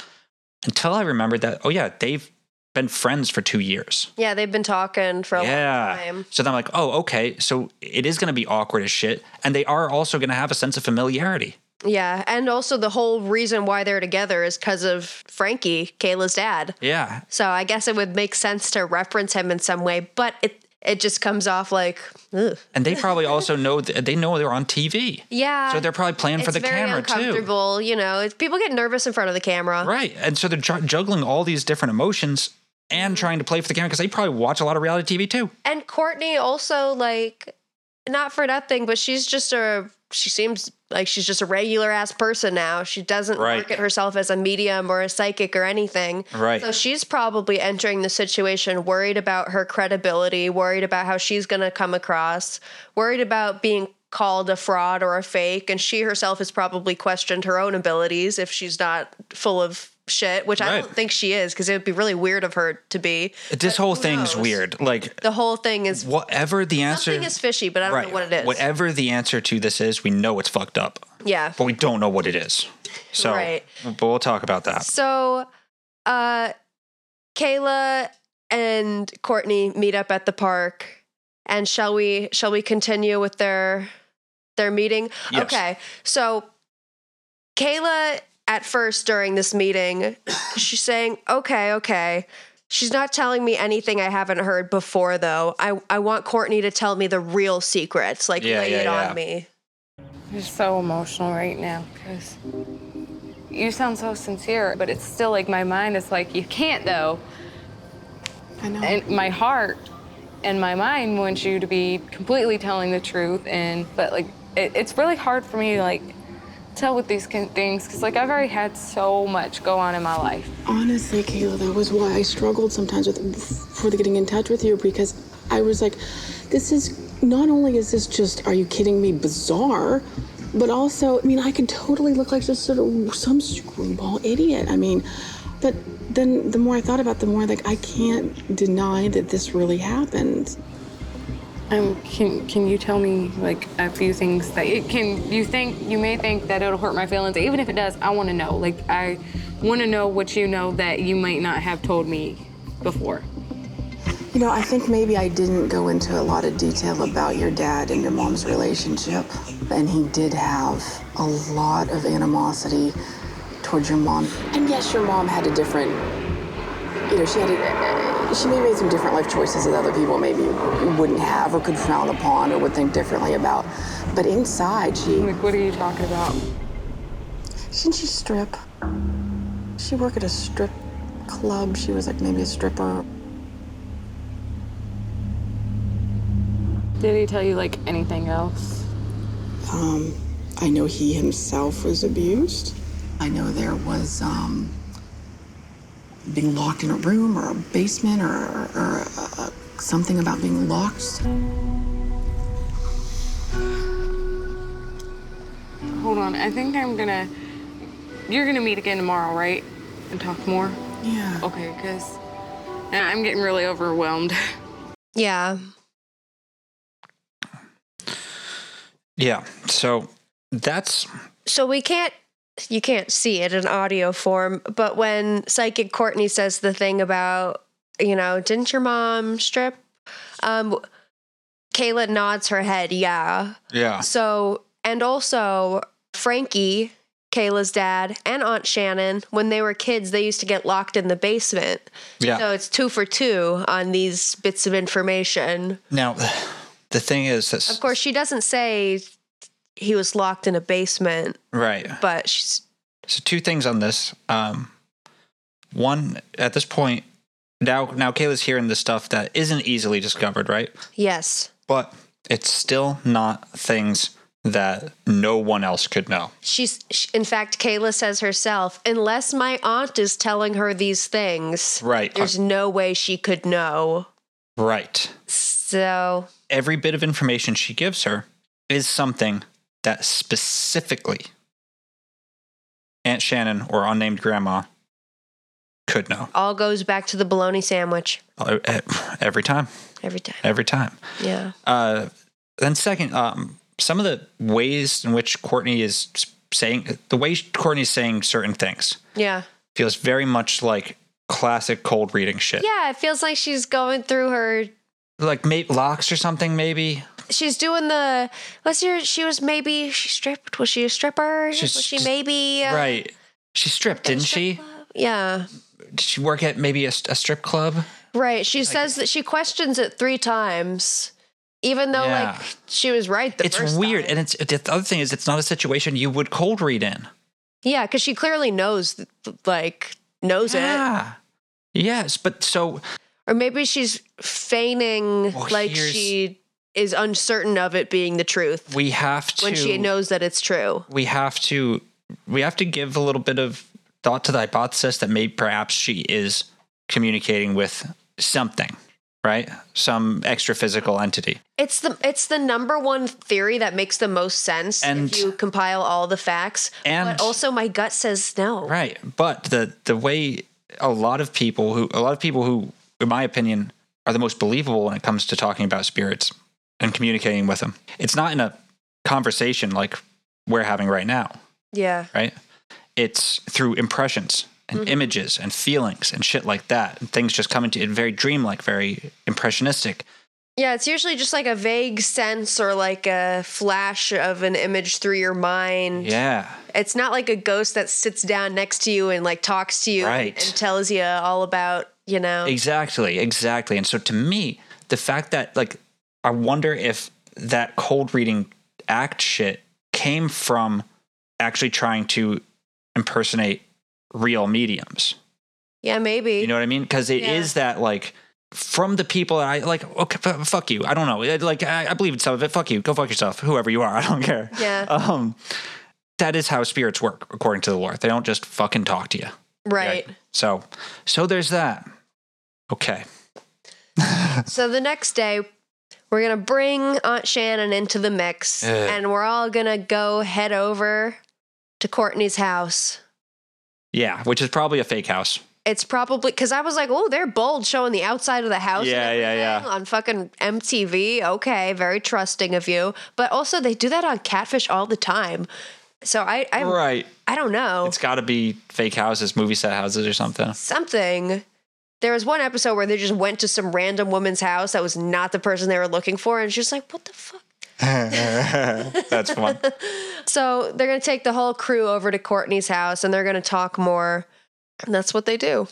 Speaker 2: Until I remembered that, oh yeah, they've been friends for two years.
Speaker 1: Yeah, they've been talking for a long time.
Speaker 2: So then I'm like, oh, okay. So it is going to be awkward as shit. And they are also going to have a sense of familiarity.
Speaker 1: Yeah, and also the whole reason why they're together is because of Frankie, Kayla's dad.
Speaker 2: Yeah.
Speaker 1: So I guess it would make sense to reference him in some way, but it it just comes off like, ugh.
Speaker 2: And
Speaker 1: [LAUGHS]
Speaker 2: they probably also know, th- they know they're on TV.
Speaker 1: yeah.
Speaker 2: So they're probably playing for
Speaker 1: it's
Speaker 2: the
Speaker 1: very
Speaker 2: camera too.
Speaker 1: uncomfortable, You know, it's, people get nervous in front of the camera.
Speaker 2: Right. And so they're ju- juggling all these different emotions
Speaker 1: Mm-hmm.
Speaker 2: and trying to play for the camera because they probably watch a lot of reality TV too.
Speaker 1: And Courtney also like, not for nothing, but she's just a she seems like she's just a regular ass person now. She doesn't
Speaker 2: Right.
Speaker 1: market herself as a medium or a psychic or anything.
Speaker 2: Right.
Speaker 1: So she's probably entering the situation worried about her credibility, worried about how she's going to come across, worried about being called a fraud or a fake. And she herself has probably questioned her own abilities if she's not full of shit, which I
Speaker 2: Right.
Speaker 1: don't think she is because it would be really weird of her to be.
Speaker 2: This whole thing's weird. Like,
Speaker 1: The whole thing is
Speaker 2: whatever the answer
Speaker 1: something is fishy, but I don't
Speaker 2: right.
Speaker 1: know what it is.
Speaker 2: Whatever the answer to this is, we know it's fucked up,
Speaker 1: Yeah.
Speaker 2: but we don't know what it is. So,
Speaker 1: Right.
Speaker 2: but we'll talk about that.
Speaker 1: So, uh, Kayla and Courtney meet up at the park, and shall we shall we continue with their their meeting?
Speaker 8: Yes.
Speaker 1: Okay. So, Kayla at first during this meeting, [COUGHS] she's saying, "Okay, okay." She's not telling me anything I haven't heard before, though. I, I want Courtney to tell me the real secrets, like
Speaker 8: Yeah,
Speaker 1: lay
Speaker 8: yeah,
Speaker 1: it
Speaker 8: yeah.
Speaker 1: on me.
Speaker 8: I'm just so emotional right now because you sound so sincere, but it's still like my mind is like, you can't though.
Speaker 7: I know.
Speaker 8: And my heart and my mind wants you to be completely telling the truth, and but like it, it's really hard for me to like tell with these kin- things because like I've already had so much go on in my life.
Speaker 7: Honestly, Kayla, that was why I struggled sometimes with for the getting in touch with you because I was like, this is not only is this just are you kidding me bizarre, but also I mean I could totally look like just sort of some screwball idiot. I mean, but then the more I thought about, it, the more like I can't deny that this really happened.
Speaker 8: Um, can can you tell me like a few things that it can you think you may think that it'll hurt my feelings? Even if it does, I want to know. Like I want to know what you know that you might not have told me before.
Speaker 7: You know, I think maybe I didn't go into a lot of detail about your dad and your mom's relationship, and he did have a lot of animosity towards your mom. And yes, your mom had a different, you know, she had a, uh, she maybe made some different life choices that other people maybe wouldn't have or could frown upon or would think differently about. But inside, she
Speaker 8: like, what are you talking about?
Speaker 7: Didn't she strip? She worked at a strip club. She was like maybe a stripper.
Speaker 8: Did he tell you like anything else?
Speaker 7: Um, I know he himself was abused. I know there was um, being locked in a room or a basement or, or, or uh, something about being locked.
Speaker 8: hold on. I think I'm gonna. You're gonna meet again tomorrow, right? And talk more.
Speaker 7: Yeah.
Speaker 8: Okay, because I'm getting really overwhelmed. [LAUGHS]
Speaker 1: Yeah.
Speaker 2: Yeah. So that's
Speaker 1: So we can't you can't see it in audio form, but when psychic Courtney says the thing about, you know, didn't your mom strip? Um Kayla nods her head, yeah.
Speaker 2: yeah.
Speaker 1: So, and also Frankie, Kayla's dad, and Aunt Shannon, when they were kids, they used to get locked in the basement.
Speaker 2: Yeah.
Speaker 1: So it's two for two on these bits of information.
Speaker 2: Now, the thing is, this,
Speaker 1: Of course, she doesn't say he was locked in a basement,
Speaker 2: right?
Speaker 1: but she's,
Speaker 2: So two things on this. Um, one, at this point, now now Kayla's hearing the stuff that isn't easily discovered, right?
Speaker 1: yes.
Speaker 2: But it's still not things that no one else could know.
Speaker 1: She's, she, in fact, Kayla says herself, unless my aunt is telling her these things,
Speaker 2: Right.
Speaker 1: there's no way she could know.
Speaker 2: Right.
Speaker 1: So,
Speaker 2: Every bit of information she gives her is something that specifically Aunt Shannon or unnamed grandma could know.
Speaker 1: all goes back to the bologna sandwich
Speaker 2: Uh, eh, Every time.
Speaker 1: every time.
Speaker 2: Every time.
Speaker 1: Yeah.
Speaker 2: Uh, then second, um, some of the ways in which Courtney is saying the way Courtney is saying certain things
Speaker 1: Yeah.
Speaker 2: feels very much like classic cold reading shit.
Speaker 1: Yeah, it feels like she's going through her.
Speaker 2: Like mate locks or something, maybe.
Speaker 1: She's doing the. What's your. She was maybe. She stripped. Was she a stripper?
Speaker 2: She's-
Speaker 1: was she maybe. Uh,
Speaker 2: right. She stripped, didn't she?
Speaker 1: Yeah.
Speaker 2: Did she work at maybe a, st- a strip club?
Speaker 1: Right. She says that she questions it three times, even though,
Speaker 2: Yeah.
Speaker 1: like, she was right the
Speaker 2: it's
Speaker 1: first
Speaker 2: weird, and it's the other thing is it's not a situation you would cold read in.
Speaker 1: Yeah, because she clearly knows, th- th- like, knows it.
Speaker 2: Yeah. Yes, but so
Speaker 1: Or maybe she's feigning,
Speaker 2: Well,
Speaker 1: like,
Speaker 2: here's-
Speaker 1: she is uncertain of it being the truth
Speaker 2: we have to
Speaker 1: when she knows that it's true.
Speaker 2: we have to we have to give a little bit of thought to the hypothesis that maybe perhaps she is communicating with something right some extra physical entity
Speaker 1: It's the it's the number one theory that makes the most sense
Speaker 2: And-
Speaker 1: if you compile all the facts.
Speaker 2: and-
Speaker 1: but also my gut says no.
Speaker 2: right but the the way a lot of people who a lot of people who in my opinion are the most believable when it comes to talking about spirits and communicating with them it's not in a conversation like we're having right now
Speaker 1: Yeah.
Speaker 2: right? It's through impressions and images and feelings and shit like that. And things just come into it very dreamlike, very impressionistic.
Speaker 1: Yeah, it's usually just like a vague sense or like a flash of an image through your mind.
Speaker 2: Yeah.
Speaker 1: It's not like a ghost that sits down next to you and like talks to you
Speaker 2: Right.
Speaker 1: and tells you all about, you know.
Speaker 2: Exactly, exactly. And so to me, the fact that like I wonder if that cold reading act shit came from actually trying to impersonate real mediums.
Speaker 1: Yeah, maybe.
Speaker 2: You know what I mean? Because it is
Speaker 1: Yeah.
Speaker 2: that like from the people that I like. Okay, f- fuck you. I don't know. It- Like I, I believe in some of it. Fuck you. Go fuck yourself. Whoever you are, [LAUGHS] I don't care.
Speaker 1: Yeah.
Speaker 2: Um, that is how spirits work, according to the lore. They don't just fucking talk to you.
Speaker 1: right.
Speaker 2: So, so there's that. Okay.
Speaker 1: So the next day, we're going to bring Aunt Shannon into the mix
Speaker 2: Ugh.
Speaker 1: and we're all going to go head over to Courtney's house.
Speaker 2: Yeah, which is probably a fake house.
Speaker 1: It's probably because I was like, oh, they're bold showing the outside of the house. and
Speaker 2: Yeah, yeah,
Speaker 1: everything
Speaker 2: yeah.
Speaker 1: On fucking MTV. Okay, very trusting of you. But also, they do that on Catfish all the time. So I, I,
Speaker 2: right.
Speaker 1: I don't know.
Speaker 2: It's got to be fake houses, movie set houses,
Speaker 1: [LAUGHS]
Speaker 2: or something.
Speaker 1: Something. There was one episode where they just went to some random woman's house that was not the person they were looking for. And she's like, what the fuck?
Speaker 2: That's fun.
Speaker 1: So they're going to take the whole crew over to Courtney's house and they're going to talk more. And that's what they do.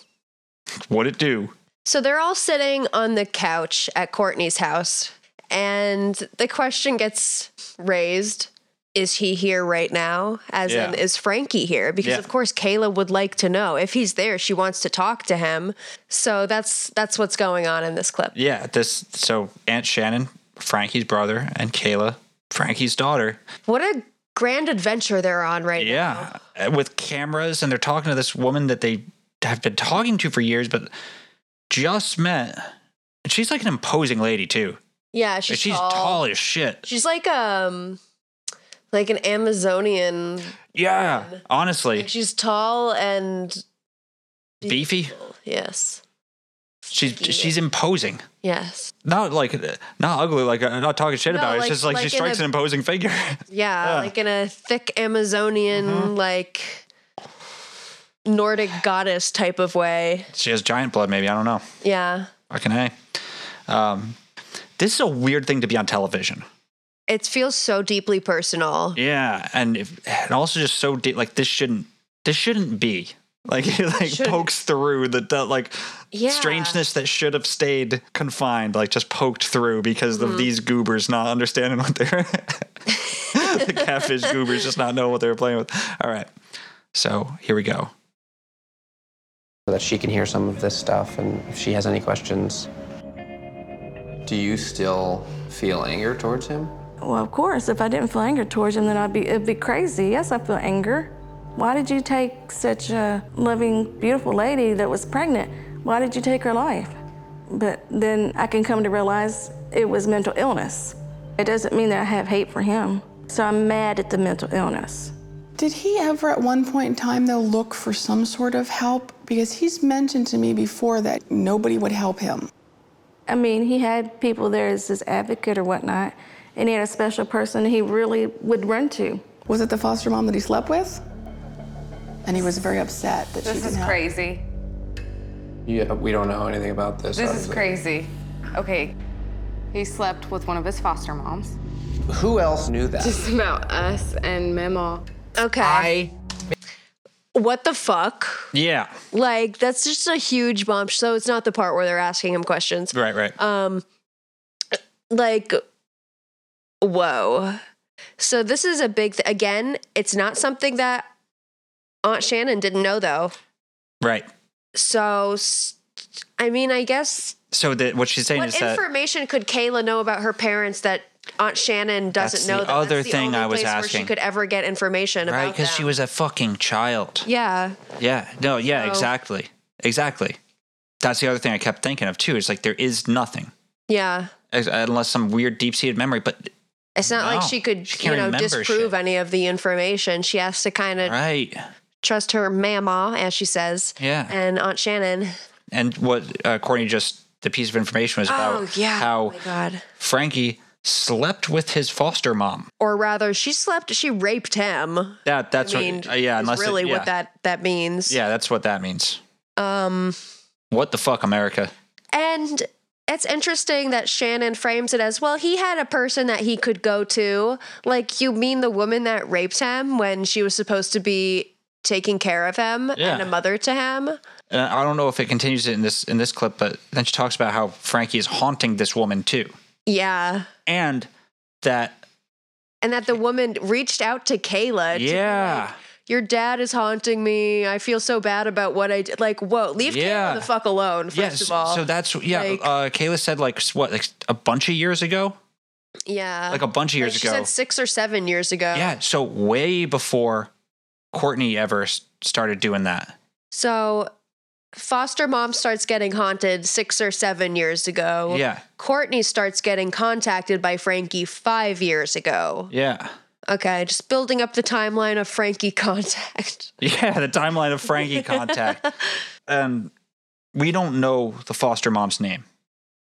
Speaker 2: What it do?
Speaker 1: So they're all sitting on the couch at Courtney's house, and the question gets raised Is he here right now? As in,
Speaker 9: Yeah.
Speaker 1: is Frankie here? Because,
Speaker 9: Yeah.
Speaker 1: of course, Kayla would like to know. If he's there, she wants to talk to him. So that's that's what's going on in this clip.
Speaker 2: Yeah, this so Aunt Shannon, Frankie's brother, and Kayla, Frankie's daughter.
Speaker 1: What a grand adventure they're on right
Speaker 2: Yeah, uh, with cameras, and they're talking to this woman that they have been talking to for years, but just met. And she's like an imposing lady too.
Speaker 1: Yeah, she's,
Speaker 2: she's tall,
Speaker 1: tall.
Speaker 2: as shit.
Speaker 1: She's like um like an Amazonian.
Speaker 2: Yeah, honestly,
Speaker 1: Like she's tall and
Speaker 2: beefy.
Speaker 1: yes,
Speaker 2: She's she's imposing.
Speaker 1: yes,
Speaker 2: Not like not ugly. Like I'm not talking shit
Speaker 1: No,
Speaker 2: about. it. It's
Speaker 1: like-
Speaker 2: just like, she
Speaker 1: like in
Speaker 2: strikes
Speaker 1: a-
Speaker 2: an imposing figure. [LAUGHS]
Speaker 1: yeah,
Speaker 2: Yeah. Mm-hmm.
Speaker 1: like in a thick Amazonian like Nordic goddess type of way.
Speaker 2: she has giant blood. Maybe I don't know.
Speaker 1: Yeah,
Speaker 2: Fucking hey. Um, this is a weird thing to be on television.
Speaker 1: it feels so deeply personal.
Speaker 2: Yeah, and if, and also just so deep. Like this shouldn't this shouldn't be like [LAUGHS] it like pokes through the, the like
Speaker 1: Yeah.
Speaker 2: strangeness that should have stayed confined. Like just poked through because
Speaker 1: Mhm.
Speaker 2: of these goobers not understanding what they're [LAUGHS] the catfish goobers just not know what they were playing with. All right, so here we go.
Speaker 4: so that she can hear some of this stuff and if she has any questions. Do you still feel anger towards him?
Speaker 9: Well, of course, if I didn't feel anger towards him, then I'd be it'd be crazy. Yes, I feel anger. Why did you take such a loving, beautiful lady that was pregnant? Why did you take her life? But then I can come to realize it was mental illness. It doesn't mean that I have hate for him. So I'm mad at the mental illness.
Speaker 7: Did he ever at one point in time, though, look for some sort of help? Because he's mentioned to me before that nobody would help him.
Speaker 9: I mean, he had people there as his advocate or whatnot, and he had a special person he really would run to.
Speaker 7: Was it the foster mom that he slept with? And he was very upset that she
Speaker 8: This
Speaker 7: didn't
Speaker 8: is
Speaker 7: help.
Speaker 8: crazy.
Speaker 4: Yeah, we don't know anything about this.
Speaker 8: This is
Speaker 4: obviously.
Speaker 8: crazy. Okay. He slept with one of his foster moms.
Speaker 4: Who else knew that?
Speaker 8: Just about us and Memo.
Speaker 1: Okay. what the fuck?
Speaker 2: Yeah,
Speaker 1: Like that's just a huge bump. So it's not the part where they're asking him questions.
Speaker 2: right, right.
Speaker 1: Um like whoa. So this is a big th- again, it's not something that Aunt Shannon didn't know though.
Speaker 2: Right.
Speaker 1: So s- I mean, I guess
Speaker 2: So that what she's saying
Speaker 1: what
Speaker 2: is that
Speaker 1: information could Kayla know about her parents that Aunt Shannon doesn't
Speaker 2: That's the
Speaker 1: know? that
Speaker 2: other
Speaker 1: That's the
Speaker 2: thing
Speaker 1: only
Speaker 2: I was
Speaker 1: place Where
Speaker 2: asking.
Speaker 1: she could ever get information
Speaker 2: right
Speaker 1: about them.
Speaker 2: because she was a fucking child.
Speaker 1: Yeah.
Speaker 2: Yeah. No. Yeah.
Speaker 1: So-
Speaker 2: Exactly. Exactly. That's the other thing I kept thinking of too. Is like there is nothing
Speaker 1: Yeah.
Speaker 2: ex- unless some weird deep seated memory. But
Speaker 1: It's not
Speaker 2: No.
Speaker 1: like she could,
Speaker 2: She
Speaker 1: you
Speaker 2: can't
Speaker 1: know,
Speaker 2: remember
Speaker 1: disprove any of the information. She has to kind of
Speaker 2: right.
Speaker 1: trust her mama, as she says.
Speaker 2: Yeah.
Speaker 1: And Aunt Shannon.
Speaker 2: And what uh, Courtney just the piece of information was about
Speaker 1: Oh, yeah.
Speaker 2: how
Speaker 1: Oh, my God.
Speaker 2: Frankie slept with his foster mom.
Speaker 1: Or rather, she slept. She raped him.
Speaker 2: That that's
Speaker 1: I mean,
Speaker 2: what, uh, yeah.
Speaker 1: is
Speaker 2: Unless it-
Speaker 1: really
Speaker 2: yeah.
Speaker 1: what that that means.
Speaker 2: Yeah, that's what that means.
Speaker 1: Um.
Speaker 2: What the fuck, America?
Speaker 1: And it's interesting that Shannon frames it as well. He had a person that he could go to. Like, you mean the woman that raped him when she was supposed to be taking care of him
Speaker 2: Yeah.
Speaker 1: and a mother to him?
Speaker 2: And I don't know if it continues in this in this clip, but then she talks about how Frankie is haunting this woman too,
Speaker 1: Yeah.
Speaker 2: and that
Speaker 1: And that the woman reached out to Kayla. to be
Speaker 2: Yeah.
Speaker 1: like, Your dad is haunting me. I feel so bad about what I did. Like, whoa, leave
Speaker 2: Yeah.
Speaker 1: Kayla the fuck alone, first
Speaker 2: yes.
Speaker 1: of all.
Speaker 2: So that's yeah.
Speaker 1: Like-
Speaker 2: uh, Kayla said like s- what like a bunch of years ago.
Speaker 1: yeah.
Speaker 2: like a bunch of years
Speaker 1: Uh, she
Speaker 2: ago.
Speaker 1: said six or seven years ago.
Speaker 2: Yeah. So way before Courtney ever s- started doing that.
Speaker 1: So foster mom starts getting haunted six or seven years ago.
Speaker 2: Yeah.
Speaker 1: Courtney starts getting contacted by Frankie five years ago.
Speaker 2: Yeah. [LAUGHS]
Speaker 1: Okay, just building up the timeline of Frankie [LAUGHS] contact.
Speaker 2: Yeah. The timeline of Frankie
Speaker 1: [LAUGHS]
Speaker 2: contact, and we don't know the foster mom's name.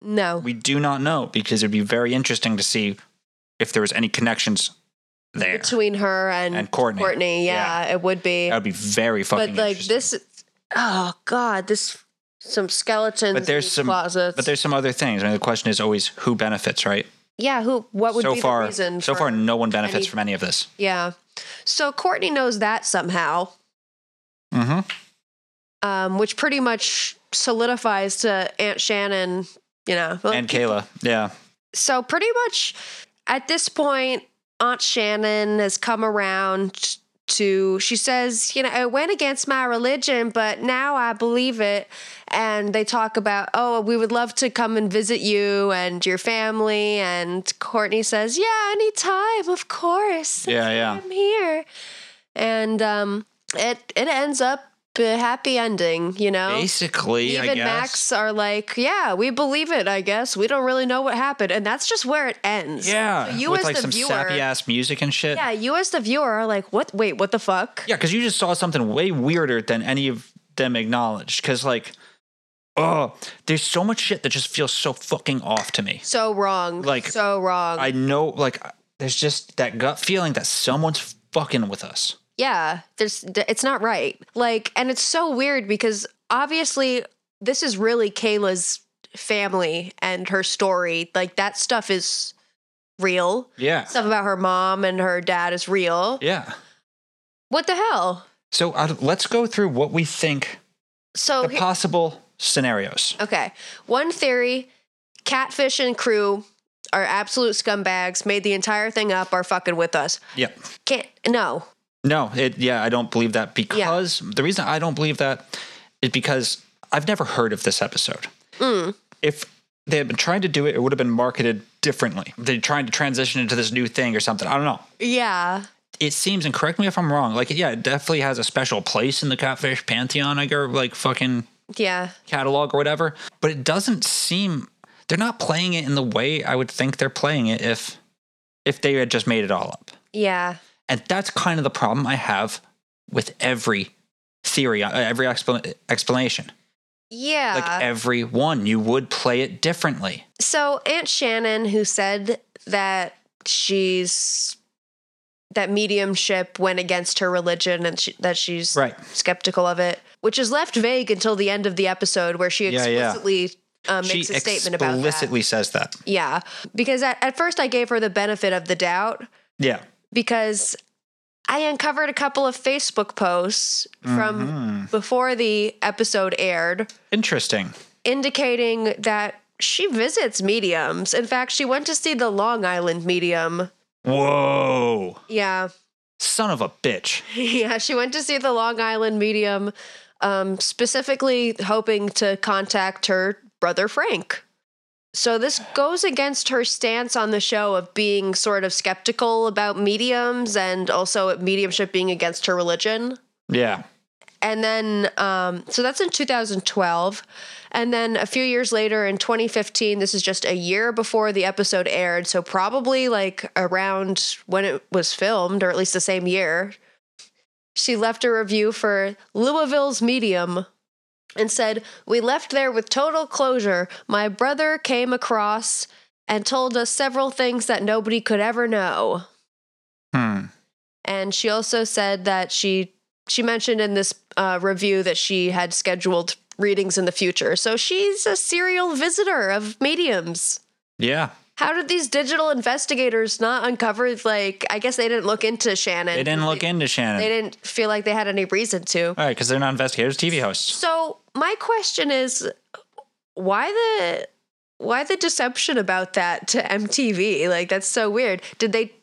Speaker 1: No.
Speaker 2: We do not know because it'd be very interesting to see if there was any connections there.
Speaker 1: Between her and,
Speaker 2: And Courtney.
Speaker 1: yeah, it would be.
Speaker 2: That would be very
Speaker 1: But
Speaker 2: fucking.
Speaker 1: like this oh god, this some skeletons
Speaker 2: but
Speaker 1: in
Speaker 2: there's
Speaker 1: these
Speaker 2: some.
Speaker 1: closets.
Speaker 2: But there's some other things. I mean, the question is always who benefits, right?
Speaker 1: yeah, who what would
Speaker 2: so
Speaker 1: be
Speaker 2: far,
Speaker 1: the reason
Speaker 2: so
Speaker 1: for-
Speaker 2: far, no one benefits
Speaker 1: any-
Speaker 2: from any of this.
Speaker 1: Yeah. So Courtney knows that somehow.
Speaker 2: Mm-hmm.
Speaker 1: um, which pretty much solidifies to Aunt Shannon, you know.
Speaker 2: And Kayla, yeah.
Speaker 1: So pretty much at this point, Aunt Shannon has come around to she says, you know, it went against my religion, but now I believe it. And they talk about, oh, we would love to come and visit you and your family. And Courtney says, yeah, anytime, of course. [LAUGHS]
Speaker 2: Yeah, yeah.
Speaker 1: I'm here. And um, it it ends up happy happy ending, you know?
Speaker 2: Basically, I
Speaker 1: Even
Speaker 2: guess.
Speaker 1: Max are like, yeah, we believe it, I guess. We don't really know what happened. And that's just where it ends.
Speaker 2: Yeah,
Speaker 1: So you
Speaker 2: with
Speaker 1: as
Speaker 2: like
Speaker 1: the
Speaker 2: some
Speaker 1: viewer.
Speaker 2: sappy ass music and shit.
Speaker 1: Yeah, you as the viewer are like, what? Wait, what the fuck?
Speaker 2: Yeah, because you just saw something way weirder than any of them acknowledged. Because like, oh, there's so much shit that just feels so fucking off to me.
Speaker 1: So wrong.
Speaker 2: Like,
Speaker 1: so wrong.
Speaker 2: I know, like, there's just that gut feeling that someone's fucking with us.
Speaker 1: Yeah, there's th- it's not right. Like and it's so weird because obviously this is really Kayla's family and her story. Like that stuff is real.
Speaker 2: Yeah.
Speaker 1: Stuff about her mom and her dad is real.
Speaker 2: Yeah.
Speaker 1: What the hell?
Speaker 2: So uh, let's go through what we think
Speaker 1: So
Speaker 2: the
Speaker 1: he-
Speaker 2: possible scenarios.
Speaker 1: Okay. One theory Catfish and crew are absolute scumbags, made the entire thing up, are fucking with us.
Speaker 2: Yeah.
Speaker 1: Can't, no.
Speaker 2: No, it yeah, I don't believe that because the reason I don't believe that is because I've never heard of this episode.
Speaker 1: Mm.
Speaker 2: If they had been trying to do it, it would have been marketed differently. They're trying to transition into this new thing or something. I don't know.
Speaker 1: Yeah.
Speaker 2: It seems, and correct me if I'm wrong. Like, yeah, it definitely has a special place in the catfish pantheon. I go like fucking
Speaker 1: Yeah.
Speaker 2: catalog or whatever, but it doesn't seem they're not playing it in the way I would think they're playing it if if they had just made it all up.
Speaker 1: Yeah.
Speaker 2: And that's kind of the problem I have with every theory, uh, every expla- explanation.
Speaker 1: Yeah.
Speaker 2: Like every one, you would play it differently.
Speaker 1: So Aunt Shannon, who said that she's that mediumship went against her religion and she, that she's
Speaker 2: Right.
Speaker 1: skeptical of it, which is left vague until the end of the episode where she
Speaker 2: Yeah, yeah.
Speaker 1: explicitly Uh, makes
Speaker 2: she
Speaker 1: a statement about that.
Speaker 2: explicitly says that.
Speaker 1: Yeah, because at, at first I gave her the benefit of the doubt
Speaker 2: Yeah.
Speaker 1: because I uncovered a couple of Facebook posts from
Speaker 2: Mhm.
Speaker 1: before the episode aired
Speaker 2: Interesting.
Speaker 1: indicating that she visits mediums. In fact, she went to see the Long Island medium.
Speaker 2: Whoa.
Speaker 1: Yeah.
Speaker 2: Son of a bitch.
Speaker 1: [LAUGHS] yeah, she went to see the Long Island medium, um, specifically hoping to contact her brother Frank. So this goes against her stance on the show of being sort of skeptical about mediums and also mediumship being against her religion.
Speaker 2: Yeah.
Speaker 1: And then, um, so that's in 2012. And then a few years later in 2015, this is just a year before the episode aired. So probably like around when it was filmed, or at least the same year, she left a review for Louisville's Medium and said, We left there with total closure. My brother came across and told us several things that nobody could ever know
Speaker 2: Hmm.
Speaker 1: and she also said that she she mentioned in this uh, review that she had scheduled readings in the future so she's a serial visitor of mediums
Speaker 2: Yeah.
Speaker 1: how did these digital investigators not uncover like i guess they didn't look into shannon
Speaker 2: They didn't look into Shannon.
Speaker 1: they didn't feel like they had any reason to
Speaker 2: All right, because they're not investigators, TV hosts.
Speaker 1: so my question is why the why the deception about that to mtv like that's so weird did they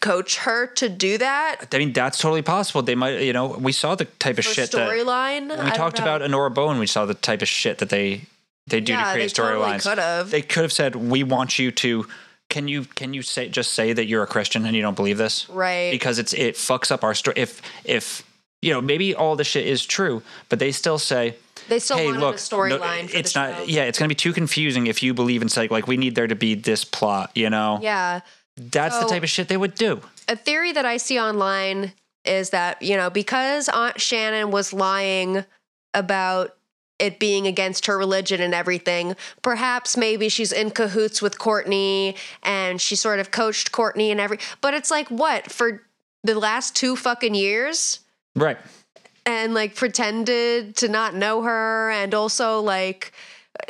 Speaker 1: coach her to do that
Speaker 2: I mean, that's totally possible. They might, you know, we saw the type of
Speaker 1: for
Speaker 2: shit that
Speaker 1: storyline
Speaker 2: When
Speaker 1: I
Speaker 2: we
Speaker 1: don't
Speaker 2: talked
Speaker 1: know.
Speaker 2: about Honora Bowen, we saw the type of shit that they they do
Speaker 1: Yeah,
Speaker 2: to create
Speaker 1: they totally
Speaker 2: storylines.
Speaker 1: could've.
Speaker 2: They could have said, "We want you to." Can you can you say just say that you're a Christian and you don't believe this?
Speaker 1: Right.
Speaker 2: Because it's it fucks up our story. If if you know maybe all the shit is true, but they still say.
Speaker 1: They still
Speaker 2: hey,
Speaker 1: wanted a
Speaker 2: look,
Speaker 1: storyline for the
Speaker 2: it's not. Yeah, it's gonna be too confusing if you believe in psych. Like we need there to be this plot. You know.
Speaker 1: Yeah.
Speaker 2: That's
Speaker 1: So-
Speaker 2: the type of shit they would do.
Speaker 1: A theory that I see online is that, you know, because Aunt Shannon was lying about it being against her religion and everything, perhaps maybe she's in cahoots with Courtney and she sort of coached Courtney and every but it's like what for the last two fucking years
Speaker 2: Right.
Speaker 1: and like pretended to not know her and also like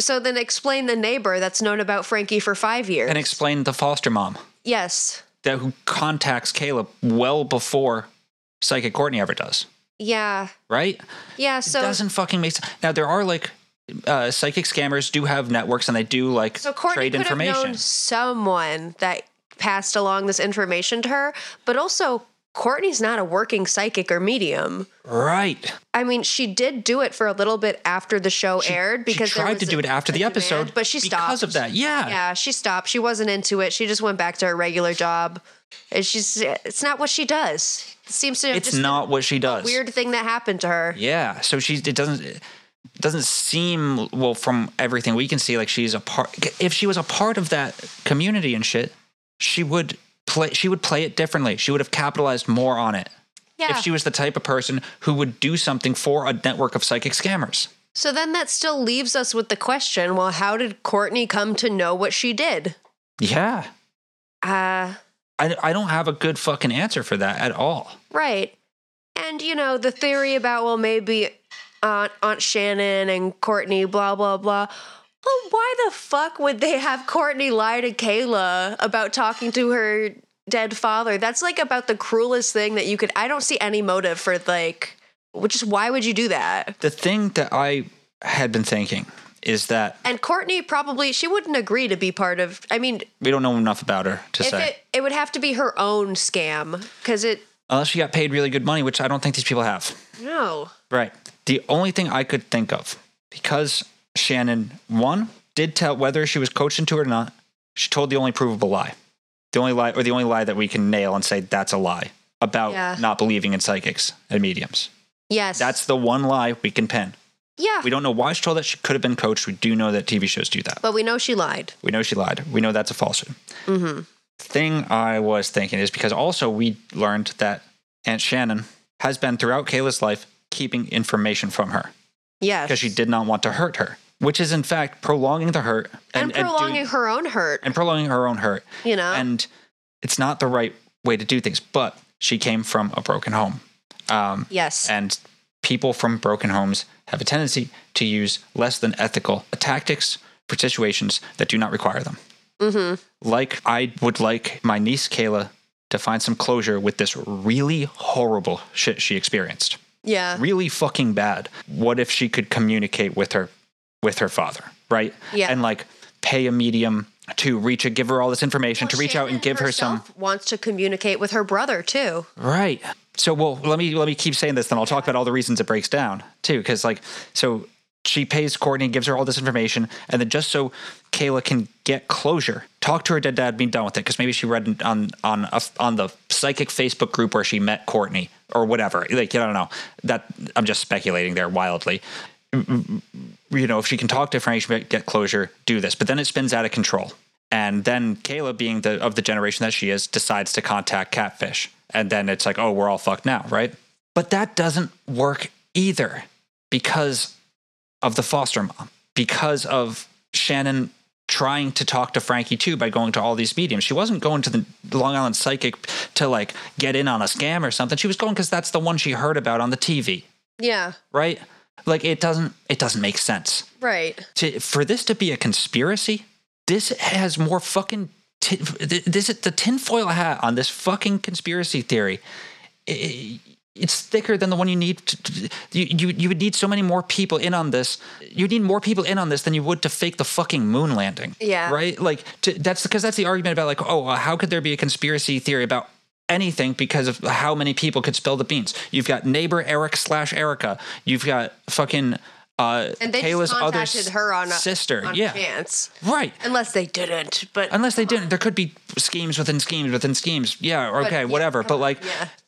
Speaker 1: so then explain the neighbor that's known about Frankie for 5 years.
Speaker 2: And explain the foster mom.
Speaker 1: yes.
Speaker 2: that who contacts Caleb well before Psychic Courtney ever does,
Speaker 1: Yeah.
Speaker 2: right?
Speaker 1: Yeah, so
Speaker 2: it doesn't fucking make sense. Now there are like uh, psychic scammers do have networks and they do like
Speaker 1: So Courtney
Speaker 2: trade
Speaker 1: could have
Speaker 2: information.
Speaker 1: known someone that passed along this information to her, but also Courtney's not a working psychic or medium.
Speaker 2: Right.
Speaker 1: I mean, she did do it for a little bit after the show aired because there
Speaker 2: Tried to
Speaker 1: was
Speaker 2: do it after the episode,
Speaker 1: but she stopped
Speaker 2: because of that. Yeah.
Speaker 1: Yeah, she stopped. She wasn't into it. She just went back to her regular job. And she's it's not what she does. seems to have
Speaker 2: it's
Speaker 1: just
Speaker 2: not what she
Speaker 1: been a
Speaker 2: does.
Speaker 1: weird thing that happened to her.
Speaker 2: Yeah, so she's it doesn't it doesn't seem well from everything we can see like she's a part. If she was a part of that community and shit, she would play. She would play it differently. She would have capitalized more on it.
Speaker 1: Yeah.
Speaker 2: If she was the type of person who would do something for a network of psychic scammers.
Speaker 1: So then that still leaves us with the question, well, how did Courtney come to know what she did?
Speaker 2: Yeah.
Speaker 1: Uh
Speaker 2: I, I don't have a good fucking answer for that at all.
Speaker 1: Right. And you know, the theory about well maybe Aunt Aunt Shannon and Courtney, blah blah blah. Well, why the fuck would they have Courtney lie to Kayla about talking to her dead father? That's like about the cruelest thing that you could I don't see any motive for like which is why would you do that?
Speaker 2: The thing that I had been thinking is that
Speaker 1: And Courtney probably she wouldn't agree to be part of I mean,
Speaker 2: we don't know enough about her to
Speaker 1: if
Speaker 2: say.
Speaker 1: it it would have to be her own scam cuz it
Speaker 2: Unless she got paid really good money, which I don't think these people have.
Speaker 1: no.
Speaker 2: Right. The only thing I could think of, because Shannon, one, did tell whether she was coached into it or not, she told the only provable lie. The only lie, or the only lie that we can nail and say that's a lie about
Speaker 1: Yeah.
Speaker 2: not believing in psychics and mediums.
Speaker 1: Yes.
Speaker 2: That's the one lie we can pin.
Speaker 1: yeah.
Speaker 2: We don't know why she told that. She could have been coached. We do know that TV shows do that.
Speaker 1: But we know she lied.
Speaker 2: We know she lied. We know that's a falsehood.
Speaker 1: Mhm.
Speaker 2: Thing I was thinking is because also we learned that Aunt Shannon has been throughout Kayla's life keeping information from her.
Speaker 1: Yes.
Speaker 2: because she did not want to hurt her, which is in fact prolonging the hurt
Speaker 1: and,
Speaker 2: doing-
Speaker 1: prolonging her own hurt,
Speaker 2: and prolonging her own hurt.
Speaker 1: you know.
Speaker 2: And it's not the right way to do things. But she came from a broken home. Um,
Speaker 1: Yes.
Speaker 2: And people from broken homes have a tendency to use less than ethical tactics for situations that do not require them.
Speaker 1: mhm.
Speaker 2: Like I would like my niece Kayla to find some closure with this really horrible shit she experienced
Speaker 1: Yeah.
Speaker 2: really fucking bad. What if she could communicate with her with her father, right?
Speaker 1: Yeah.
Speaker 2: And like pay a medium to reach her, give her all this information, to reach out and give her some
Speaker 1: wants to communicate with her brother too.
Speaker 2: Right. So well, let me let me keep saying this, then I'll talk about all the reasons it breaks down too, because like so she pays Courtney, gives her all this information, and then just so Kayla can get closure, talk to her dead dad, be done with it, because maybe she read on on a, on the psychic Facebook group where she met Courtney or whatever. Like I don't know that I'm just speculating there wildly. You know, if she can talk to Frank, she might get closure, do this, but then it spins out of control. And then Kayla, being the of the generation that she is, decides to contact Catfish. And then it's like, oh, we're all fucked now, right? But that doesn't work either because of the foster mom, because of Shannon trying to talk to Frankie too by going to all these mediums. She wasn't going to the Long Island psychic to like get in on a scam or something. She was going because that's the one she heard about on the TV,
Speaker 1: Yeah.
Speaker 2: right? Like it doesn't it doesn't make sense
Speaker 1: Right.
Speaker 2: to for this to be a conspiracy, this has more fucking tin, th- this the tinfoil hat on this fucking conspiracy theory. i- it's thicker than the one you need. To, to- you, you you would need so many more people in on this. You need more people in on this than you would to fake the fucking moon landing.
Speaker 1: Yeah.
Speaker 2: Right. Like to, that's because that's the argument about like oh uh, how could there be a conspiracy theory about anything because of how many people could spill the beans. You've got neighbor Eric slash Erica. You've got fucking. Uh,
Speaker 1: And they
Speaker 2: Kayla's
Speaker 1: just
Speaker 2: other
Speaker 1: contacted her on a,
Speaker 2: sister.
Speaker 1: on
Speaker 2: yeah,
Speaker 1: chance.
Speaker 2: right.
Speaker 1: Unless they didn't, but
Speaker 2: Unless they didn't, there could be schemes within schemes within schemes. Yeah,
Speaker 1: But,
Speaker 2: okay,
Speaker 1: yeah,
Speaker 2: whatever. But like,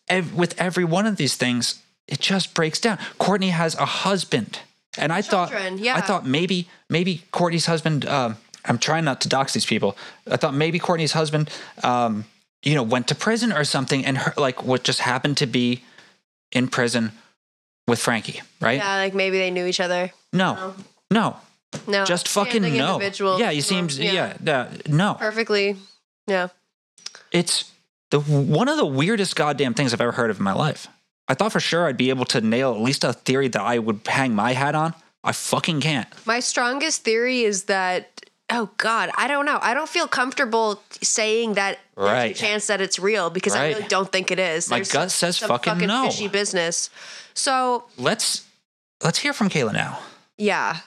Speaker 2: ev- with every one of these things, it just breaks down. Courtney has a husband, and I
Speaker 1: Children,
Speaker 2: thought,
Speaker 1: yeah.
Speaker 2: I thought maybe maybe Courtney's husband. Um, I'm trying not to dox these people. I thought maybe Courtney's husband, um, you know, went to prison or something, and her, like what just happened to be in prison with Frankie, right?
Speaker 1: yeah, like maybe they knew each other.
Speaker 2: No, no,
Speaker 1: No.
Speaker 2: just fucking
Speaker 1: Standing
Speaker 2: no.
Speaker 1: Individuals.
Speaker 2: Yeah, he
Speaker 1: Well,
Speaker 2: seems. Yeah, yeah, no.
Speaker 1: Perfectly. Yeah.
Speaker 2: It's the one of the weirdest goddamn things I've ever heard of in my life. I thought for sure I'd be able to nail at least a theory that I would hang my hat on. I fucking can't.
Speaker 1: My strongest theory is that oh god, I don't know. I don't feel comfortable saying that
Speaker 2: Right.
Speaker 1: there's a chance that it's real because I
Speaker 2: Right.
Speaker 1: really don't think it is.
Speaker 2: My
Speaker 1: There's
Speaker 2: gut says
Speaker 1: some
Speaker 2: fucking no.
Speaker 1: fishy business. So
Speaker 2: Let's let's hear from Kayla now.
Speaker 1: yeah.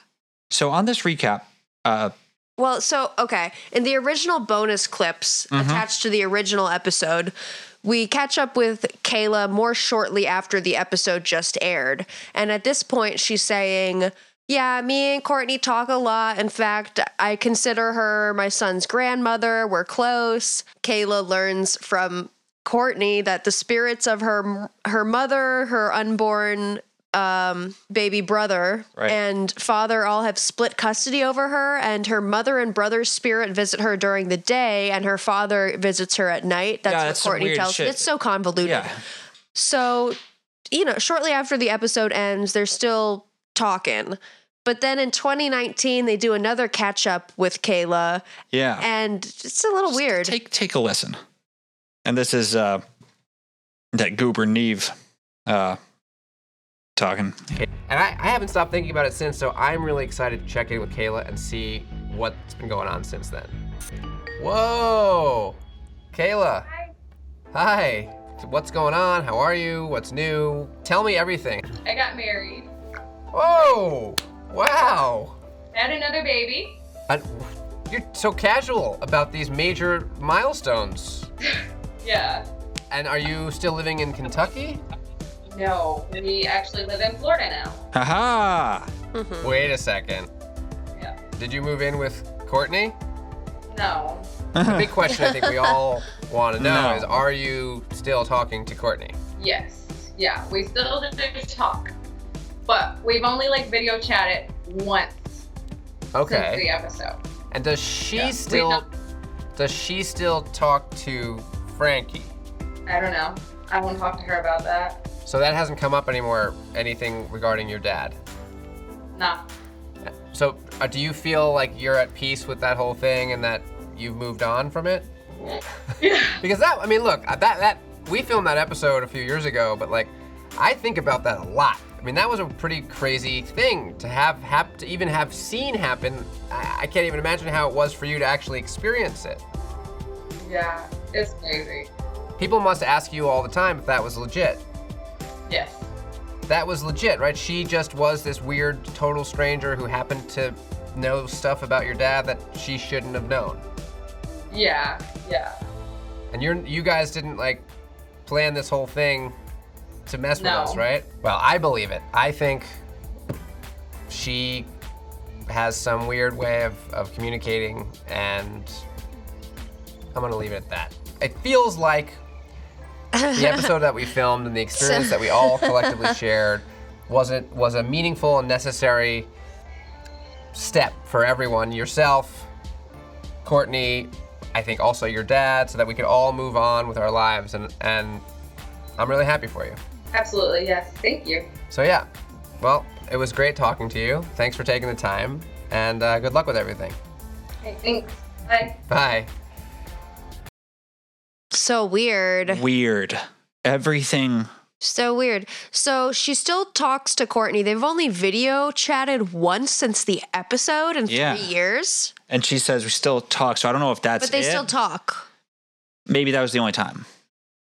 Speaker 2: So on this recap, uh,
Speaker 1: Well, so okay, in the original bonus clips
Speaker 2: Mhm.
Speaker 1: attached to the original episode, we catch up with Kayla more shortly after the episode just aired. And at this point, she's saying, "Yeah, me and Courtney talk a lot. In fact, I consider her my son's grandmother. We're close." Kayla learns from Courtney that the spirits of her her mother, her unborn um, baby brother,
Speaker 10: Right.
Speaker 1: and father all have split custody over her, and her mother and brother's spirit visit her during the day, and her father visits her at night. That's
Speaker 10: Yeah,
Speaker 1: what
Speaker 10: that's some
Speaker 1: Courtney
Speaker 10: weird
Speaker 1: tells.
Speaker 10: shit.
Speaker 1: It's so convoluted. So, you know, shortly after the episode ends, they're still talking. But then in 2019, they do another catch up with Kayla.
Speaker 10: Oh.
Speaker 2: Yeah.
Speaker 1: And it's a little weird.
Speaker 2: Take take a listen. And this is uh that goober Neve uh talking.
Speaker 7: And I, I haven't stopped thinking about it since, so I'm really excited to check in with Kayla and see what's been going on since then. Whoa! Kayla! Hi! So What's going on? How are you? What's new? Tell me everything.
Speaker 3: I got married,
Speaker 7: Whoa! Wow!
Speaker 3: had another baby.
Speaker 7: I- you're so casual about these major milestones.
Speaker 3: Yeah.
Speaker 7: And are you still living in Kentucky?
Speaker 3: No, we actually live in Florida now.
Speaker 2: Haha!
Speaker 7: Wait a second.
Speaker 3: Yeah.
Speaker 7: Did you move in with Courtney?
Speaker 3: No.
Speaker 7: The big question I think we all want to know
Speaker 3: No.
Speaker 7: is are you still talking to Courtney?
Speaker 3: Yes. Yeah, we still didn't talk, but we've only like video chatted once since the
Speaker 7: Okay.
Speaker 3: episode.
Speaker 7: And does she
Speaker 3: Yeah, we
Speaker 7: still
Speaker 3: don't-
Speaker 7: does she still talk to Frankie?
Speaker 3: I don't know. I won't talk to her about that.
Speaker 7: So that hasn't come up anymore anything regarding your dad.
Speaker 3: Nah.
Speaker 7: So uh, do you feel like you're at peace with that whole thing and that you've moved on from it? [LAUGHS] because that I mean look, uh, that that we filmed that episode a few years ago, but like I think about that a lot. I mean that was a pretty crazy thing to have hap- to even have seen happen. I-, I can't even imagine how it was for you to actually experience it.
Speaker 3: Yeah, it's crazy.
Speaker 7: People must ask you all the time if that was legit.
Speaker 3: Yes.
Speaker 7: That was legit, right? She just was this weird total stranger who happened to know stuff about your dad that she shouldn't have known.
Speaker 3: Yeah. Yeah.
Speaker 7: And you're you guys didn't like plan this whole thing to mess
Speaker 3: No.
Speaker 7: with us, right? Well, I believe it. I think she has some weird way of, of communicating and I'm gonna leave it at that. It feels like the episode that we filmed and the experience that we all collectively shared was it was a meaningful and necessary step for everyone, yourself, Courtney, I think also your dad, so that we could all move on with our lives. And, and I'm really happy for you.
Speaker 3: Absolutely. Yes. Thank you.
Speaker 7: So, yeah, well, it was great talking to you. Thanks for taking the time, and uh, good luck with everything.
Speaker 3: Okay, thanks. Bye.
Speaker 7: Bye.
Speaker 1: So weird.
Speaker 2: Weird. Everything
Speaker 1: So weird. So she still talks to Courtney. They've only video chatted once since the episode in
Speaker 2: Yeah.
Speaker 1: three years,
Speaker 2: and she says we still talk, so I don't know if that's
Speaker 1: but they
Speaker 2: it.
Speaker 1: still talk.
Speaker 2: Maybe that was the only time.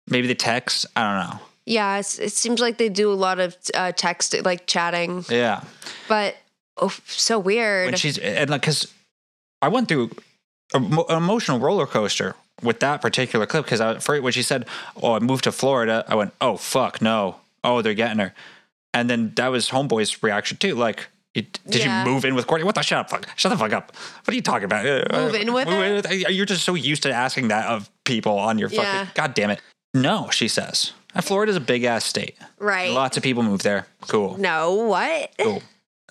Speaker 2: Maybe the text, I don't know.
Speaker 1: Yeah, it's, it seems like they do a lot of uh, text, like chatting,
Speaker 2: Yeah.
Speaker 1: but oh, so weird.
Speaker 2: when she's and like because I went through a mo- an emotional roller coaster with that particular clip because I for when she said, "Oh, I moved to Florida," I went, "Oh fuck, no! Oh, they're getting her," and then that was Homeboy's reaction too. Like, you- did
Speaker 1: Yeah.
Speaker 2: you move in with Courtney? What the shut up, fuck, shut the fuck up! What are you talking about? Uh,
Speaker 1: Move in with her?
Speaker 2: with- You're just so used to asking that of people on your fucking.
Speaker 1: Yeah.
Speaker 2: God damn it! No, she says. And Florida's a big ass state.
Speaker 1: right.
Speaker 2: Lots of people move there. Cool.
Speaker 1: No, what?
Speaker 2: Cool. And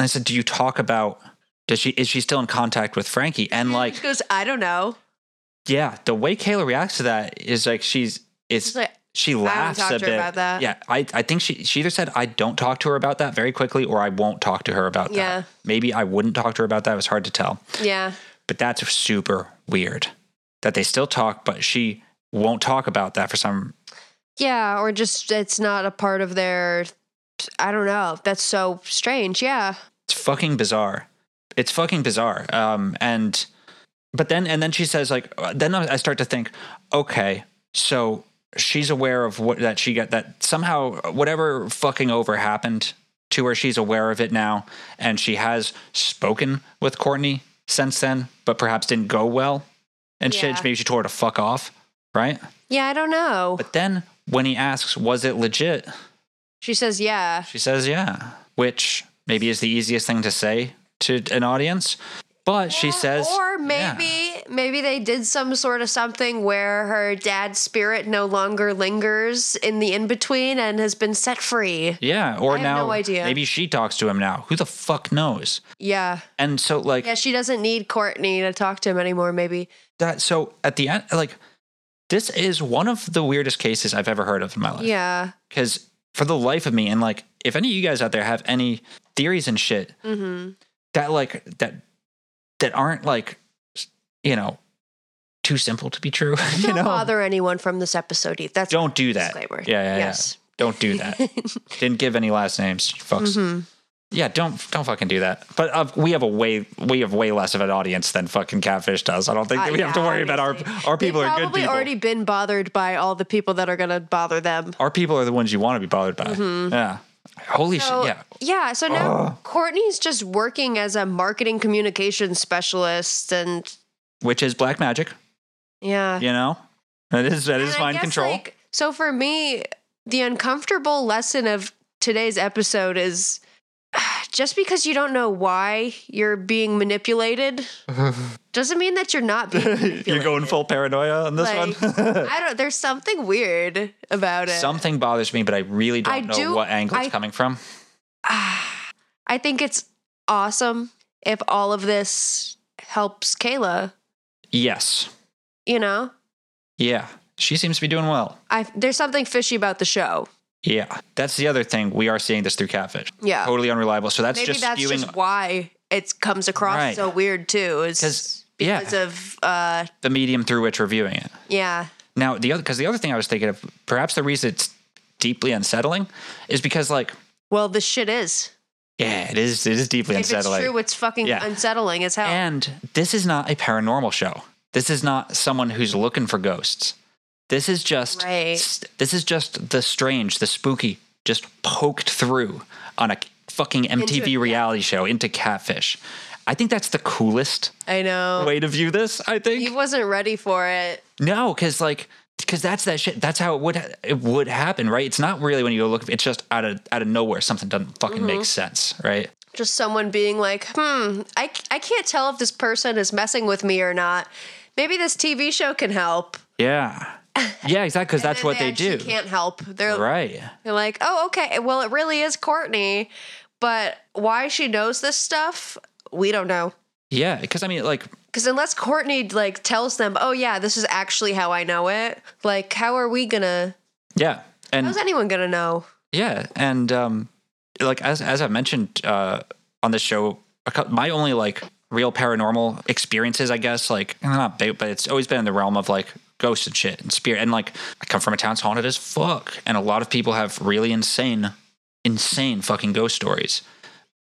Speaker 2: I said, "Do you talk about? Does she is she still in contact with Frankie?" And
Speaker 1: She
Speaker 2: [LAUGHS] like,
Speaker 1: goes, I don't know.
Speaker 2: yeah, the way Kayla reacts to that is like she's it's
Speaker 1: She's like,
Speaker 2: she
Speaker 1: "I haven't
Speaker 2: laughs
Speaker 1: talked
Speaker 2: a
Speaker 1: to
Speaker 2: bit.
Speaker 1: her about that."
Speaker 2: Yeah, I I think she she either said I don't talk to her about that very quickly, or I won't talk to her about that.
Speaker 1: Yeah.
Speaker 2: Maybe I wouldn't talk to her about that. It was hard to tell,
Speaker 1: Yeah.
Speaker 2: but that's super weird that they still talk, but she won't talk about that for some.
Speaker 1: Yeah, or just it's not a part of their. I don't know. That's so strange. Yeah.
Speaker 2: It's fucking bizarre. It's fucking bizarre. Um, and but then and then she says like uh, then I I start to think, okay, so she's aware of what that she got that somehow whatever fucking over happened to her, she's aware of it now, and she has spoken with Courtney since then, but perhaps didn't go well, and shit.
Speaker 1: Yeah.
Speaker 2: Maybe she told her to fuck off, right?
Speaker 1: Yeah, I don't know.
Speaker 2: But then when he asks, was it legit?
Speaker 1: She says, yeah.
Speaker 2: She says, yeah, which maybe is the easiest thing to say to an audience. But she says,
Speaker 1: Uh, Or maybe maybe they did some sort of something where her dad's spirit no longer lingers in the in between and has been set free.
Speaker 2: yeah, or
Speaker 1: I have
Speaker 2: now
Speaker 1: no idea.
Speaker 2: maybe she talks to him now. Who the fuck knows?
Speaker 1: Yeah.
Speaker 2: And so like
Speaker 1: yeah, she doesn't need Courtney to talk to him anymore, maybe.
Speaker 2: that so at the end like this is one of the weirdest cases I've ever heard of in my life.
Speaker 1: Yeah.
Speaker 2: Cuz for the life of me and like if any of you guys out there have any theories and shit
Speaker 1: Mm-hmm.
Speaker 2: that like that that aren't like you know too simple to be true, [LAUGHS] you
Speaker 1: Don't
Speaker 2: know.
Speaker 1: bother anyone from this episode. either. That's
Speaker 2: Don't do that.
Speaker 1: Disclaimer.
Speaker 2: Yeah, yeah,
Speaker 1: Yes.
Speaker 2: yeah. Don't
Speaker 1: [LAUGHS]
Speaker 2: do that. Didn't give any last names, you fucks.
Speaker 1: Mhm.
Speaker 2: Yeah, don't don't fucking do that. But uh, we have a way we have way less of an audience than fucking Catfish does. I don't think
Speaker 1: Uh,
Speaker 2: that we have to
Speaker 1: yeah,
Speaker 2: worry about our our people
Speaker 1: They've
Speaker 2: are good
Speaker 1: probably
Speaker 2: people.
Speaker 1: already been bothered by all the people that are going to bother them.
Speaker 2: our people are the ones you want to be bothered by.
Speaker 1: Mhm.
Speaker 2: Yeah. Holy
Speaker 1: So-
Speaker 2: shit. Yeah.
Speaker 1: Yeah. So now Courtney's just working as a marketing communication specialist, and
Speaker 2: Which is black magic.
Speaker 1: yeah.
Speaker 2: You know, that is that
Speaker 1: And
Speaker 2: is
Speaker 1: I
Speaker 2: mind
Speaker 1: guess,
Speaker 2: control. [LAUGHS]
Speaker 1: like, so for me, the uncomfortable lesson of today's episode is [SIGHS] just because you don't know why you're being
Speaker 2: [LAUGHS]
Speaker 1: manipulated doesn't mean that you're not being manipulated.
Speaker 2: You're going full paranoia on [LAUGHS] this
Speaker 1: Like,
Speaker 2: one. [LAUGHS]
Speaker 1: I don't. There's something weird about it.
Speaker 2: Something bothers me, but I really don't
Speaker 1: I
Speaker 2: know
Speaker 1: do-
Speaker 2: what angle it's
Speaker 1: I-
Speaker 2: coming from.
Speaker 1: I think it's awesome if all of this helps Kayla.
Speaker 2: Yes.
Speaker 1: You know,
Speaker 2: Yeah. She seems to be doing well.
Speaker 1: I there's something fishy about the show.
Speaker 2: Yeah, that's the other thing. We are seeing this through catfish.
Speaker 1: Yeah.
Speaker 2: totally unreliable. So that's
Speaker 1: Maybe
Speaker 2: just
Speaker 1: that's
Speaker 2: skewing
Speaker 1: just why it comes across
Speaker 2: Right.
Speaker 1: so weird too. Is
Speaker 2: yeah.
Speaker 1: because of uh,
Speaker 2: the medium through which we're viewing it.
Speaker 1: yeah.
Speaker 2: Now, the other because the other thing I was thinking of, perhaps the reason it's deeply unsettling, is because like,
Speaker 1: Well, this shit is.
Speaker 2: yeah, it is. It is deeply
Speaker 1: if it's
Speaker 2: unsettling.
Speaker 1: true, it's fucking
Speaker 2: Yeah.
Speaker 1: unsettling as hell.
Speaker 2: And this is not a paranormal show. This is not someone who's looking for ghosts. This is just s- this is just the strange, the spooky, just poked through on a fucking MTV
Speaker 1: Into- yeah.
Speaker 2: reality show into catfish. I think that's the coolest
Speaker 1: I know.
Speaker 2: way to view this. I think
Speaker 1: He wasn't ready for it.
Speaker 2: no, because like because that's that shit. That's how it would it would happen, right? It's not really when you go look. It's just out of out of nowhere. Something doesn't fucking
Speaker 1: Mhm.
Speaker 2: make sense, right?
Speaker 1: Just someone being like, hmm, I, I can't tell if this person is messing with me or not. Maybe this TV show can help. [LAUGHS]
Speaker 2: Yeah, yeah, exactly. Because that's
Speaker 1: And
Speaker 2: what they,
Speaker 1: actually
Speaker 2: do,
Speaker 1: can't help. They're
Speaker 2: right?
Speaker 1: They're like, oh, okay. Well, it really is Courtney, but why she knows this stuff, we don't know.
Speaker 2: Yeah, because I mean, like,
Speaker 1: Because unless Courtney like tells them, oh yeah, this is actually how I know it. Like, how are we gonna?
Speaker 2: yeah, and
Speaker 1: how's anyone gonna know?
Speaker 2: Yeah, and um, like as as I mentioned uh, on this show, a cou- my only like real paranormal experiences, I guess, like and they're not big, but it's always been in the realm of like ghosts and shit and spirit. And like I come from a town that's haunted as fuck, and a lot of people have really insane, insane fucking ghost stories.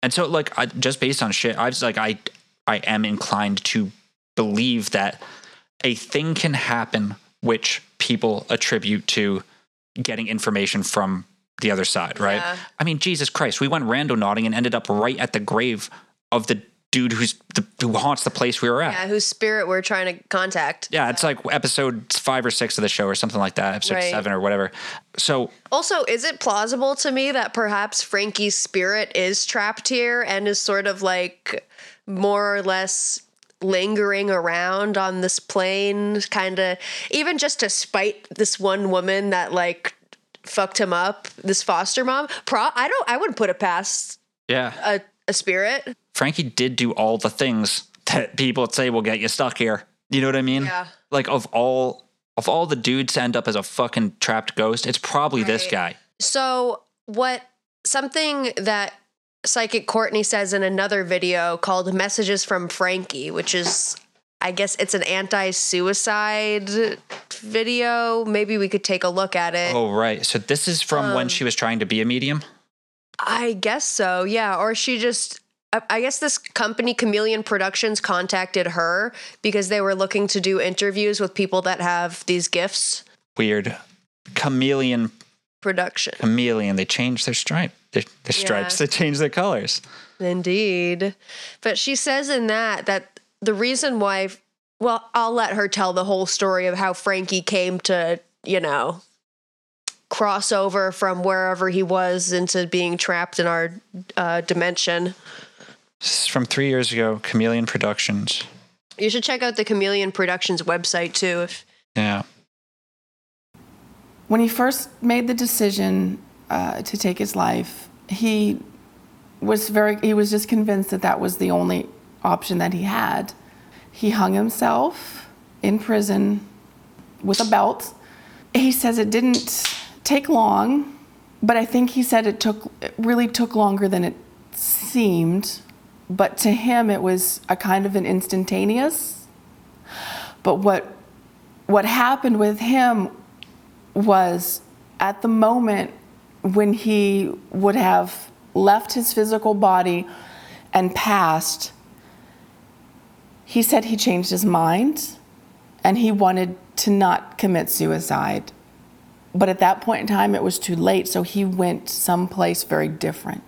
Speaker 2: And so like I, just based on shit, I was like I I am inclined to believe that a thing can happen which people attribute to getting information from the other side, right?
Speaker 1: Yeah.
Speaker 2: I mean, Jesus Christ, we went rando nodding and ended up right at the grave of the dude who's the, who haunts the place we were at.
Speaker 1: Yeah, whose spirit we're trying to contact.
Speaker 2: Yeah, it's like episode five or six of the show or something like that, episode
Speaker 1: Right.
Speaker 2: seven or whatever. So
Speaker 1: Also, is it plausible to me that perhaps Frankie's spirit is trapped here and is sort of like more or less lingering around on this plane, kind of even just to spite this one woman that like fucked him up, this foster mom? Pro, I don't, I wouldn't put it past
Speaker 2: yeah,
Speaker 1: a, a spirit.
Speaker 2: Frankie did do all the things that people would say will get you stuck here. You know what I mean?
Speaker 1: Yeah.
Speaker 2: Like of all of all the dudes to end up as a fucking trapped ghost, it's probably this guy.
Speaker 1: So, what something that psychic Courtney says in another video called Messages from Frankie, which is, I guess, it's an anti suicide video. Maybe we could take a look at it.
Speaker 2: Oh right. So this is from
Speaker 1: Um.
Speaker 2: when she was trying to be a medium.
Speaker 1: I guess so, yeah. Or she just. I- I guess this company, Chameleon Productions, contacted her because they were looking to do interviews with people that have these gifts.
Speaker 2: Weird. Chameleon
Speaker 1: Production.
Speaker 2: chameleon. They changed their stripe. Their, their stripes.
Speaker 1: Yeah.
Speaker 2: They changed their colors.
Speaker 1: Indeed. But she says in that that the reason why well, I'll let her tell the whole story of how Frankie came to, you know, cross over from wherever he was into being trapped in our uh, dimension.
Speaker 2: This is from three years ago, Chameleon Productions.
Speaker 1: You should check out the Chameleon Productions website too. If
Speaker 2: Yeah.
Speaker 7: When he first made the decision uh, to take his life, he was very he was just convinced that that was the only option that he had. He hung himself in prison with a belt. He says it didn't take long, but I think he said it took it really took longer than it seemed. But to him it was a kind of an instantaneous. But what what happened with him was at the moment when he would have left his physical body and passed, he said he changed his mind and he wanted to not commit suicide. But at that point in time, it was too late, so he went someplace very different.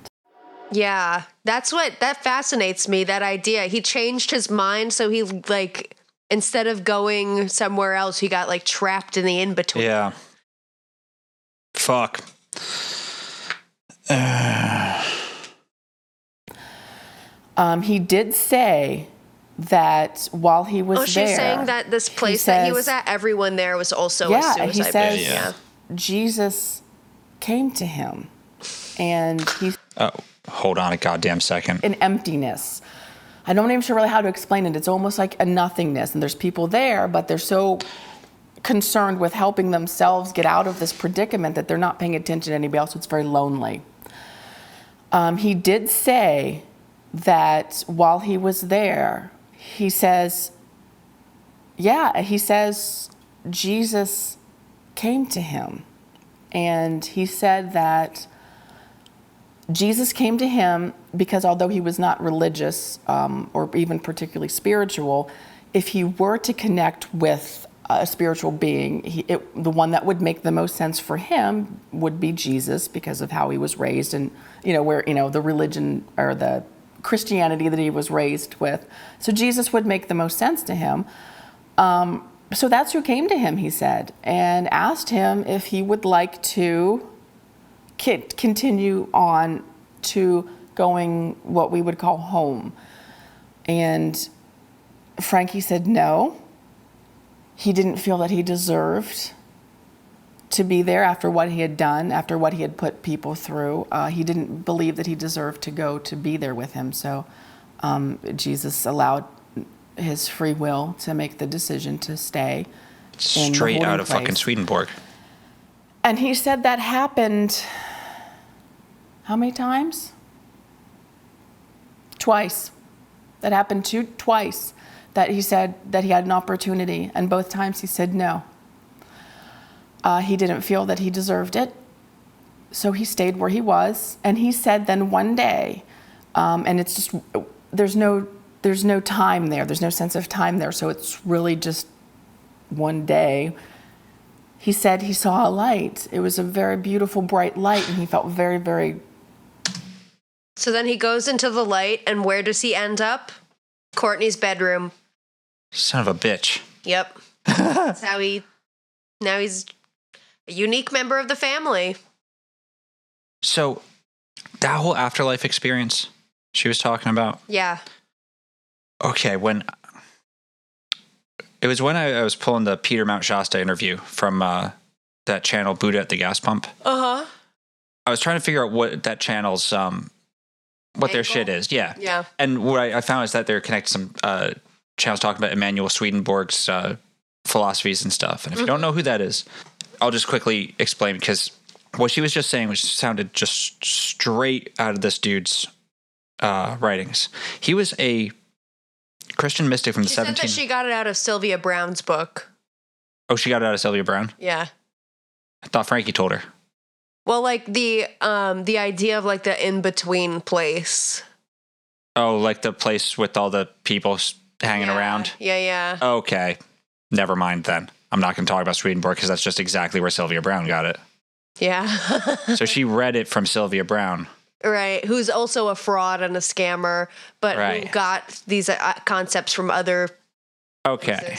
Speaker 1: yeah, that's what that fascinates me. That idea. He changed his mind, so he like instead of going somewhere else, he got like trapped in the in between.
Speaker 2: Yeah. Fuck. Uh,
Speaker 7: Um, he did say that while he was
Speaker 1: Oh,
Speaker 7: there,
Speaker 1: she's saying that this
Speaker 7: he
Speaker 1: place that he was
Speaker 7: says-
Speaker 1: at, everyone there was also a
Speaker 7: yeah,
Speaker 1: suicide.
Speaker 7: he says
Speaker 1: victim. yeah.
Speaker 7: Jesus came to him, and he's
Speaker 2: Oh, hold on a goddamn second.
Speaker 7: an emptiness. I'm not even sure really how to explain it. It's almost like a nothingness, and there's people there, but they're so concerned with helping themselves get out of this predicament that they're not paying attention to anybody else. It's very lonely. Um, he did say that while he was there, he says, yeah, he says Jesus came to him. And he said that Jesus came to him because although he was not religious um, or even particularly spiritual, if he were to connect with a spiritual being, he, it, the one that would make the most sense for him would be Jesus because of how he was raised and you know where you know the religion or the Christianity that he was raised with. So Jesus would make the most sense to him. Um, so that's who came to him, he said, and asked him if he would like to ki- continue on to going what we would call home. And Frankie said no. He didn't feel that he deserved to be there after what he had done, after what he had put people through. Uh, he didn't believe that he deserved to go to be there with him. So um, Jesus allowed his free will to make the decision to stay. in the
Speaker 2: Straight out
Speaker 7: holding
Speaker 2: of
Speaker 7: place.
Speaker 2: fucking Swedenborg.
Speaker 7: And he said that happened how many times? Twice. That happened two twice that he said that he had an opportunity and both times he said no. Uh, he didn't feel that he deserved it. So he stayed where he was and he said then one day um, and it's just there's no there's no time there. There's no sense of time there. So it's really just one day he said he saw a light. It was a very beautiful, bright light, and he felt very, very.
Speaker 1: So then he goes into the light, and where does he end up? Courtney's bedroom.
Speaker 2: Son of a bitch. [LAUGHS]
Speaker 1: Yep. That's how he. Now he's a unique member of the family.
Speaker 2: So, that whole afterlife experience she was talking about.
Speaker 1: Yeah.
Speaker 2: Okay, when it was when I, I was pulling the Peter Mount Shasta interview from uh, that channel Buddha at the Gas Pump.
Speaker 1: Uh huh.
Speaker 2: I was trying to figure out what that channel's um what their shit is. Yeah.
Speaker 1: Yeah.
Speaker 2: And what I, I found is that they're connected to some uh channels talking about Emanuel Swedenborg's uh philosophies and stuff. And if you
Speaker 1: Mm-hmm.
Speaker 2: don't know who that is, I'll just quickly explain because what she was just saying was sounded just straight out of this dude's uh writings. He was a Christian mystic from the
Speaker 1: She said that
Speaker 2: 17th.
Speaker 1: she got it out of Sylvia Brown's book.
Speaker 2: oh, she got it out of Sylvia Brown.
Speaker 1: Yeah.
Speaker 2: I thought Frankie told her.
Speaker 1: Well, like the um the idea of like the in between place.
Speaker 2: Oh, like the place with all the people s- hanging around.
Speaker 1: Yeah, yeah.
Speaker 2: Okay. Never mind then. I'm not going to talk about Swedenborg because that's just exactly where Sylvia Brown got it.
Speaker 1: Yeah. [LAUGHS]
Speaker 2: So she read it from Sylvia Brown.
Speaker 1: right. Who's also a fraud and a scammer, but who
Speaker 2: Right.
Speaker 1: got these uh, concepts from other.
Speaker 2: Okay.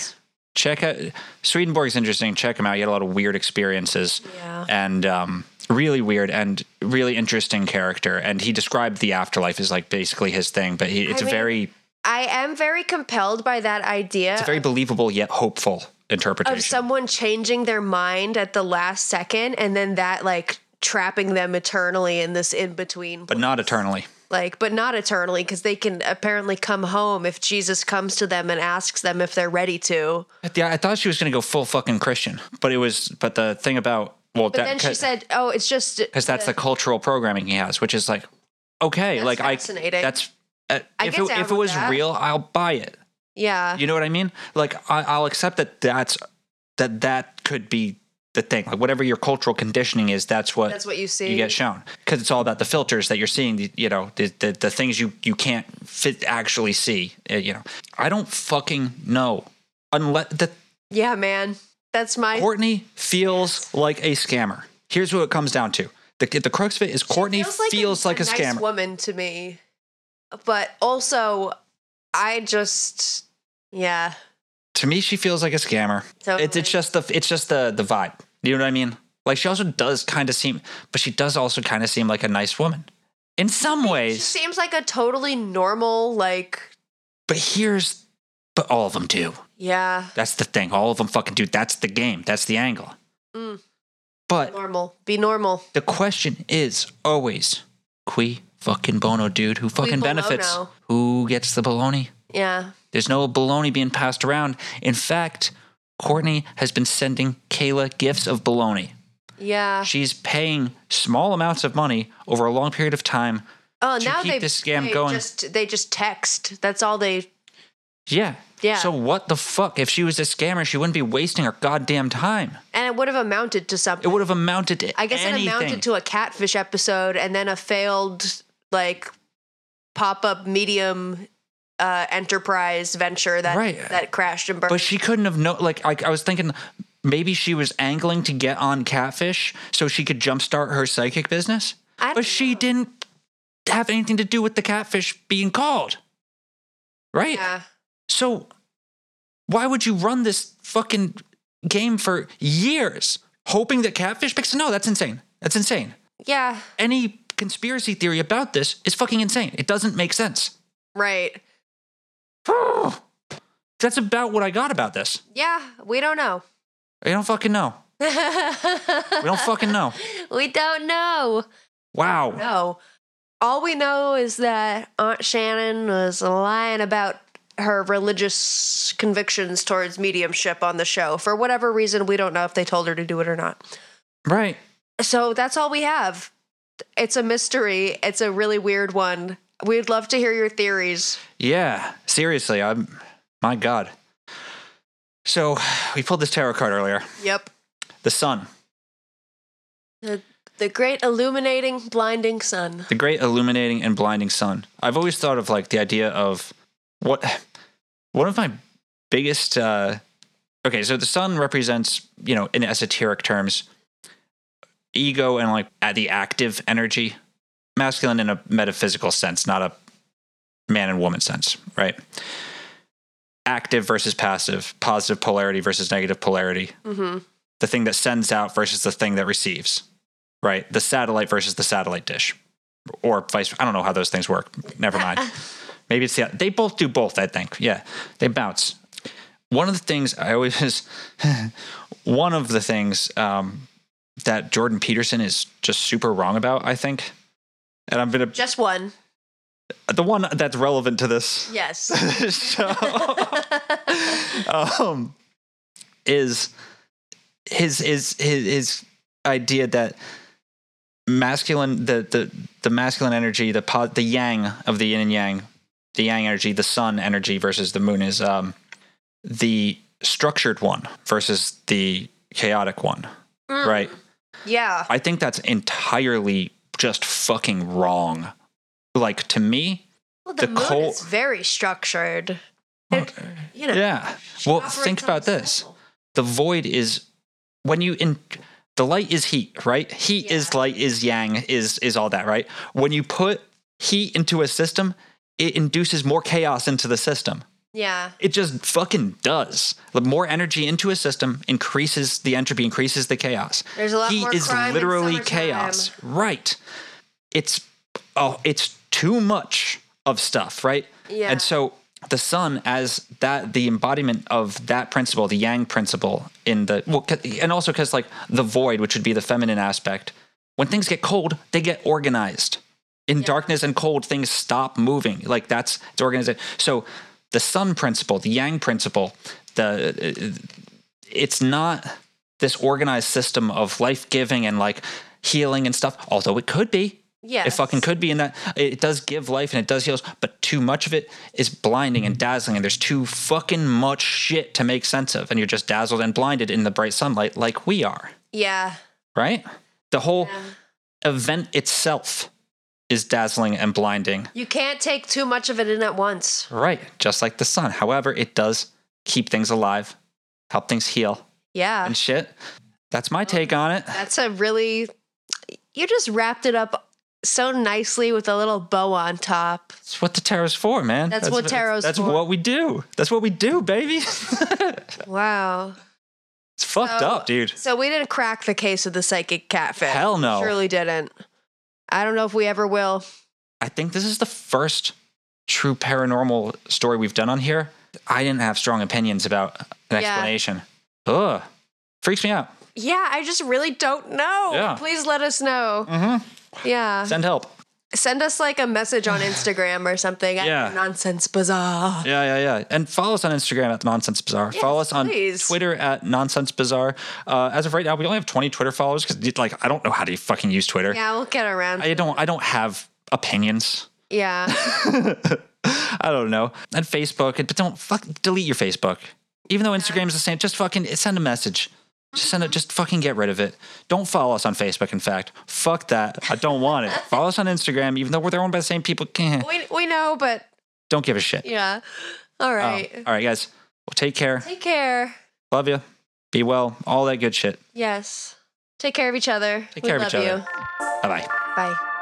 Speaker 2: Check out Swedenborg's interesting. Check him out. He had a lot of weird experiences.
Speaker 1: Yeah.
Speaker 2: And um, really weird and really interesting character. And he described the afterlife as like basically his thing, but he, it's
Speaker 1: I
Speaker 2: a
Speaker 1: mean,
Speaker 2: very
Speaker 1: I am very compelled by that idea
Speaker 2: it's a very believable yet hopeful interpretation.
Speaker 1: uh, of someone changing their mind at the last second and then that like trapping them eternally in this in between.
Speaker 2: but not eternally.
Speaker 1: Like, but not eternally because they can apparently come home if Jesus comes to them and asks them if they're ready to.
Speaker 2: Yeah, I thought she was going to go full fucking Christian, but it was. But the thing about well,
Speaker 1: But then she said, "Oh, it's just
Speaker 2: because that's the cultural programming he has, which is like, okay, like I
Speaker 1: fascinating.
Speaker 2: that's uh,
Speaker 1: I
Speaker 2: if
Speaker 1: get
Speaker 2: it,
Speaker 1: down
Speaker 2: if it
Speaker 1: with
Speaker 2: was
Speaker 1: that.
Speaker 2: real, I'll buy it.
Speaker 1: yeah."
Speaker 2: You know what I mean? Like I, I'll accept that that's that that could be the thing. Like whatever your cultural conditioning is, that's what
Speaker 1: That's what you see.
Speaker 2: You get shown because it's all about the filters that you're seeing. the- You know the the, the things you you can't fit actually see. uh, You know I don't fucking know unless the
Speaker 1: yeah, man, that's my
Speaker 2: Courtney feels like a scammer. Here's what it comes down to. The, the crux of it is Courtney feels like a,
Speaker 1: nice
Speaker 2: scammer.
Speaker 1: woman to me, but also I just yeah.
Speaker 2: To me, she feels like a scammer. It's,
Speaker 1: Totally.
Speaker 2: it's just the it's just the the vibe. You know what I mean? Like she also does kind of seem, but she does also kind of seem like a nice woman in some
Speaker 1: She
Speaker 2: ways.
Speaker 1: seems like a totally normal like
Speaker 2: But here's, but all of them do.
Speaker 1: yeah
Speaker 2: That's the thing. All of them fucking do. That's the game. That's the angle.
Speaker 1: mm,
Speaker 2: But
Speaker 1: normal. Be normal.
Speaker 2: the question is always, qui fucking bono, dude? Who fucking benefits?
Speaker 1: bono.
Speaker 2: Who gets the baloney?
Speaker 1: Yeah.
Speaker 2: There's no bologna being passed around. In fact, Courtney has been sending Kayla gifts of bologna.
Speaker 1: Yeah.
Speaker 2: She's paying small amounts of money over a long period of time.
Speaker 1: oh,
Speaker 2: to
Speaker 1: now
Speaker 2: keep
Speaker 1: they
Speaker 2: this scam
Speaker 1: they
Speaker 2: going.
Speaker 1: Just, they just text. That's all they.
Speaker 2: Yeah.
Speaker 1: Yeah.
Speaker 2: So what the fuck? If she was a scammer, she wouldn't be wasting her goddamn time.
Speaker 1: And it would have amounted to something.
Speaker 2: It would have amounted to
Speaker 1: I guess
Speaker 2: anything.
Speaker 1: it amounted to a catfish episode and then a failed like pop up medium uh, enterprise venture that
Speaker 2: Right.
Speaker 1: that crashed and burned.
Speaker 2: But she couldn't have known. Like I, I was thinking, maybe she was angling to get on Catfish so she could jumpstart her psychic business. but she didn't have anything to do with the Catfish being called, right?
Speaker 1: Yeah.
Speaker 2: So why would you run this fucking game for years, hoping that Catfish picks? No, that's insane. That's insane.
Speaker 1: yeah,
Speaker 2: Any conspiracy theory about this is fucking insane. It doesn't make sense. [SIGHS]
Speaker 1: right.
Speaker 2: That's about what I got about this.
Speaker 1: Yeah, we don't know.
Speaker 2: I don't fucking know.
Speaker 1: we
Speaker 2: We don't fucking know.
Speaker 1: We don't know.
Speaker 2: Wow.
Speaker 1: No. All we know is that Aunt Shannon was lying about her religious convictions towards mediumship on the show. For whatever reason, we don't know if they told her to do it or not.
Speaker 2: Right.
Speaker 1: So that's all we have. It's a mystery. It's a really weird one. We'd love to hear your theories.
Speaker 2: Yeah, seriously, I'm my god. So, we pulled this tarot card earlier.
Speaker 1: Yep.
Speaker 2: The sun,
Speaker 1: The, the great illuminating, blinding sun.
Speaker 2: the great illuminating and blinding sun. I've always thought of like the idea of what one of my biggest uh okay, so the sun represents, you know, in esoteric terms, ego and like at the active energy, masculine in a metaphysical sense, not a man and woman sense, right? Active versus passive, positive polarity versus negative polarity,
Speaker 1: Mm-hmm.
Speaker 2: the thing that sends out versus the thing that receives, right? The satellite versus the satellite dish, or vice. I don't know how those things work. Never mind. Maybe it's the they both do both. I think. Yeah, they bounce. One of the things I always, [LAUGHS] one of the things um, that Jordan Peterson is just super wrong about. I think, and I'm gonna
Speaker 1: Just one.
Speaker 2: the one that's relevant to this
Speaker 1: Yes.
Speaker 2: [LAUGHS]
Speaker 1: [LAUGHS]
Speaker 2: so, um, is his is his his idea that masculine the the the masculine energy the po- the yang of the yin and yang the yang energy the sun energy versus the moon is um the structured one versus the chaotic one
Speaker 1: Mm.
Speaker 2: right
Speaker 1: Yeah.
Speaker 2: I think that's entirely just fucking wrong. Like to me,
Speaker 1: Well, the,
Speaker 2: The
Speaker 1: moon
Speaker 2: coal-
Speaker 1: is very structured. It- you know.
Speaker 2: yeah. Well, think about this. The void is when you in the light is heat, right? Heat is light is yang is is all that, right? When you put heat into a system, it induces more chaos into the system.
Speaker 1: Yeah.
Speaker 2: It just fucking does. The more energy into a system increases the entropy, increases the chaos.
Speaker 1: There's a lot
Speaker 2: he
Speaker 1: more
Speaker 2: is
Speaker 1: crime in
Speaker 2: literally
Speaker 1: summertime.
Speaker 2: chaos. Right. It's oh, it's too much of stuff, right?
Speaker 1: Yeah.
Speaker 2: And so the sun as that the embodiment of that principle, the yang principle in the well, 'cause- and also cuz like the void, which would be the feminine aspect, when things get cold, they get organized. In darkness and cold, things stop moving. Like that's it's organized. So the sun principle, the yang principle, the it's not this organized system of life giving and like healing and stuff, although it could be.
Speaker 1: Yes.
Speaker 2: It fucking could be in that. It does give life and it does heal, us, but too much of it is blinding and dazzling, and there's too fucking much shit to make sense of, and you're just dazzled and blinded in the bright sunlight like we are,
Speaker 1: Yeah.
Speaker 2: right? The whole event itself is dazzling and blinding,
Speaker 1: You can't take too much of it in at once.
Speaker 2: right? Just like the sun. However, it does keep things alive, help things heal,
Speaker 1: Yeah.
Speaker 2: and shit. That's my take on it.
Speaker 1: That's a really you just wrapped it up so nicely with a little bow on top.
Speaker 2: That's what the tarot's for, man.
Speaker 1: That's what tarot's
Speaker 2: that's,
Speaker 1: for.
Speaker 2: what we do. That's what we do, baby. [LAUGHS]
Speaker 1: Wow.
Speaker 2: It's fucked
Speaker 1: So-
Speaker 2: up, dude.
Speaker 1: So we didn't crack the case of the psychic catfish.
Speaker 2: Hell no.
Speaker 1: Surely didn't. I don't know if we ever will.
Speaker 2: I think this is the first true paranormal story we've done on here. I didn't have strong opinions about an
Speaker 1: Yeah. Uh-huh.
Speaker 2: explanation. Ugh. Freaks me out.
Speaker 1: Yeah, I just really don't know.
Speaker 2: Yeah.
Speaker 1: Please let us know. Mm-hmm. Yeah.
Speaker 2: Send help.
Speaker 1: Send us like a message
Speaker 2: [SIGHS]
Speaker 1: on Instagram or something at
Speaker 2: Yeah.
Speaker 1: Nonsense Bazaar.
Speaker 2: Yeah, yeah, yeah. And follow us on Instagram at Nonsense Bazaar. follow us on
Speaker 1: please.
Speaker 2: Twitter at Nonsense Bazaar. Uh, as of right now, we only have 20 Twitter followers because, like, I don't know how to fucking use Twitter.
Speaker 1: Yeah, we'll get around.
Speaker 2: I don't. I don't have opinions.
Speaker 1: yeah.
Speaker 2: [LAUGHS] I don't know. And Facebook, but don't fuck delete your Facebook. Even though Instagram is the same, just fucking send a message. Just send it. Just fucking get rid of it. Don't follow us on Facebook. In fact, fuck that. I don't want it. follow us on Instagram, even though we're they're owned by the same people. [LAUGHS]
Speaker 1: we, we know, but
Speaker 2: Don't give a shit.
Speaker 1: yeah. All
Speaker 2: Um,
Speaker 1: right.
Speaker 2: all right, guys. Well, take care.
Speaker 1: Take care.
Speaker 2: Love you. Be well. All that good shit.
Speaker 1: Yes. Take care of each other.
Speaker 2: Take
Speaker 1: we
Speaker 2: care of
Speaker 1: love
Speaker 2: each other.
Speaker 1: you.
Speaker 2: Bye bye.
Speaker 1: Bye.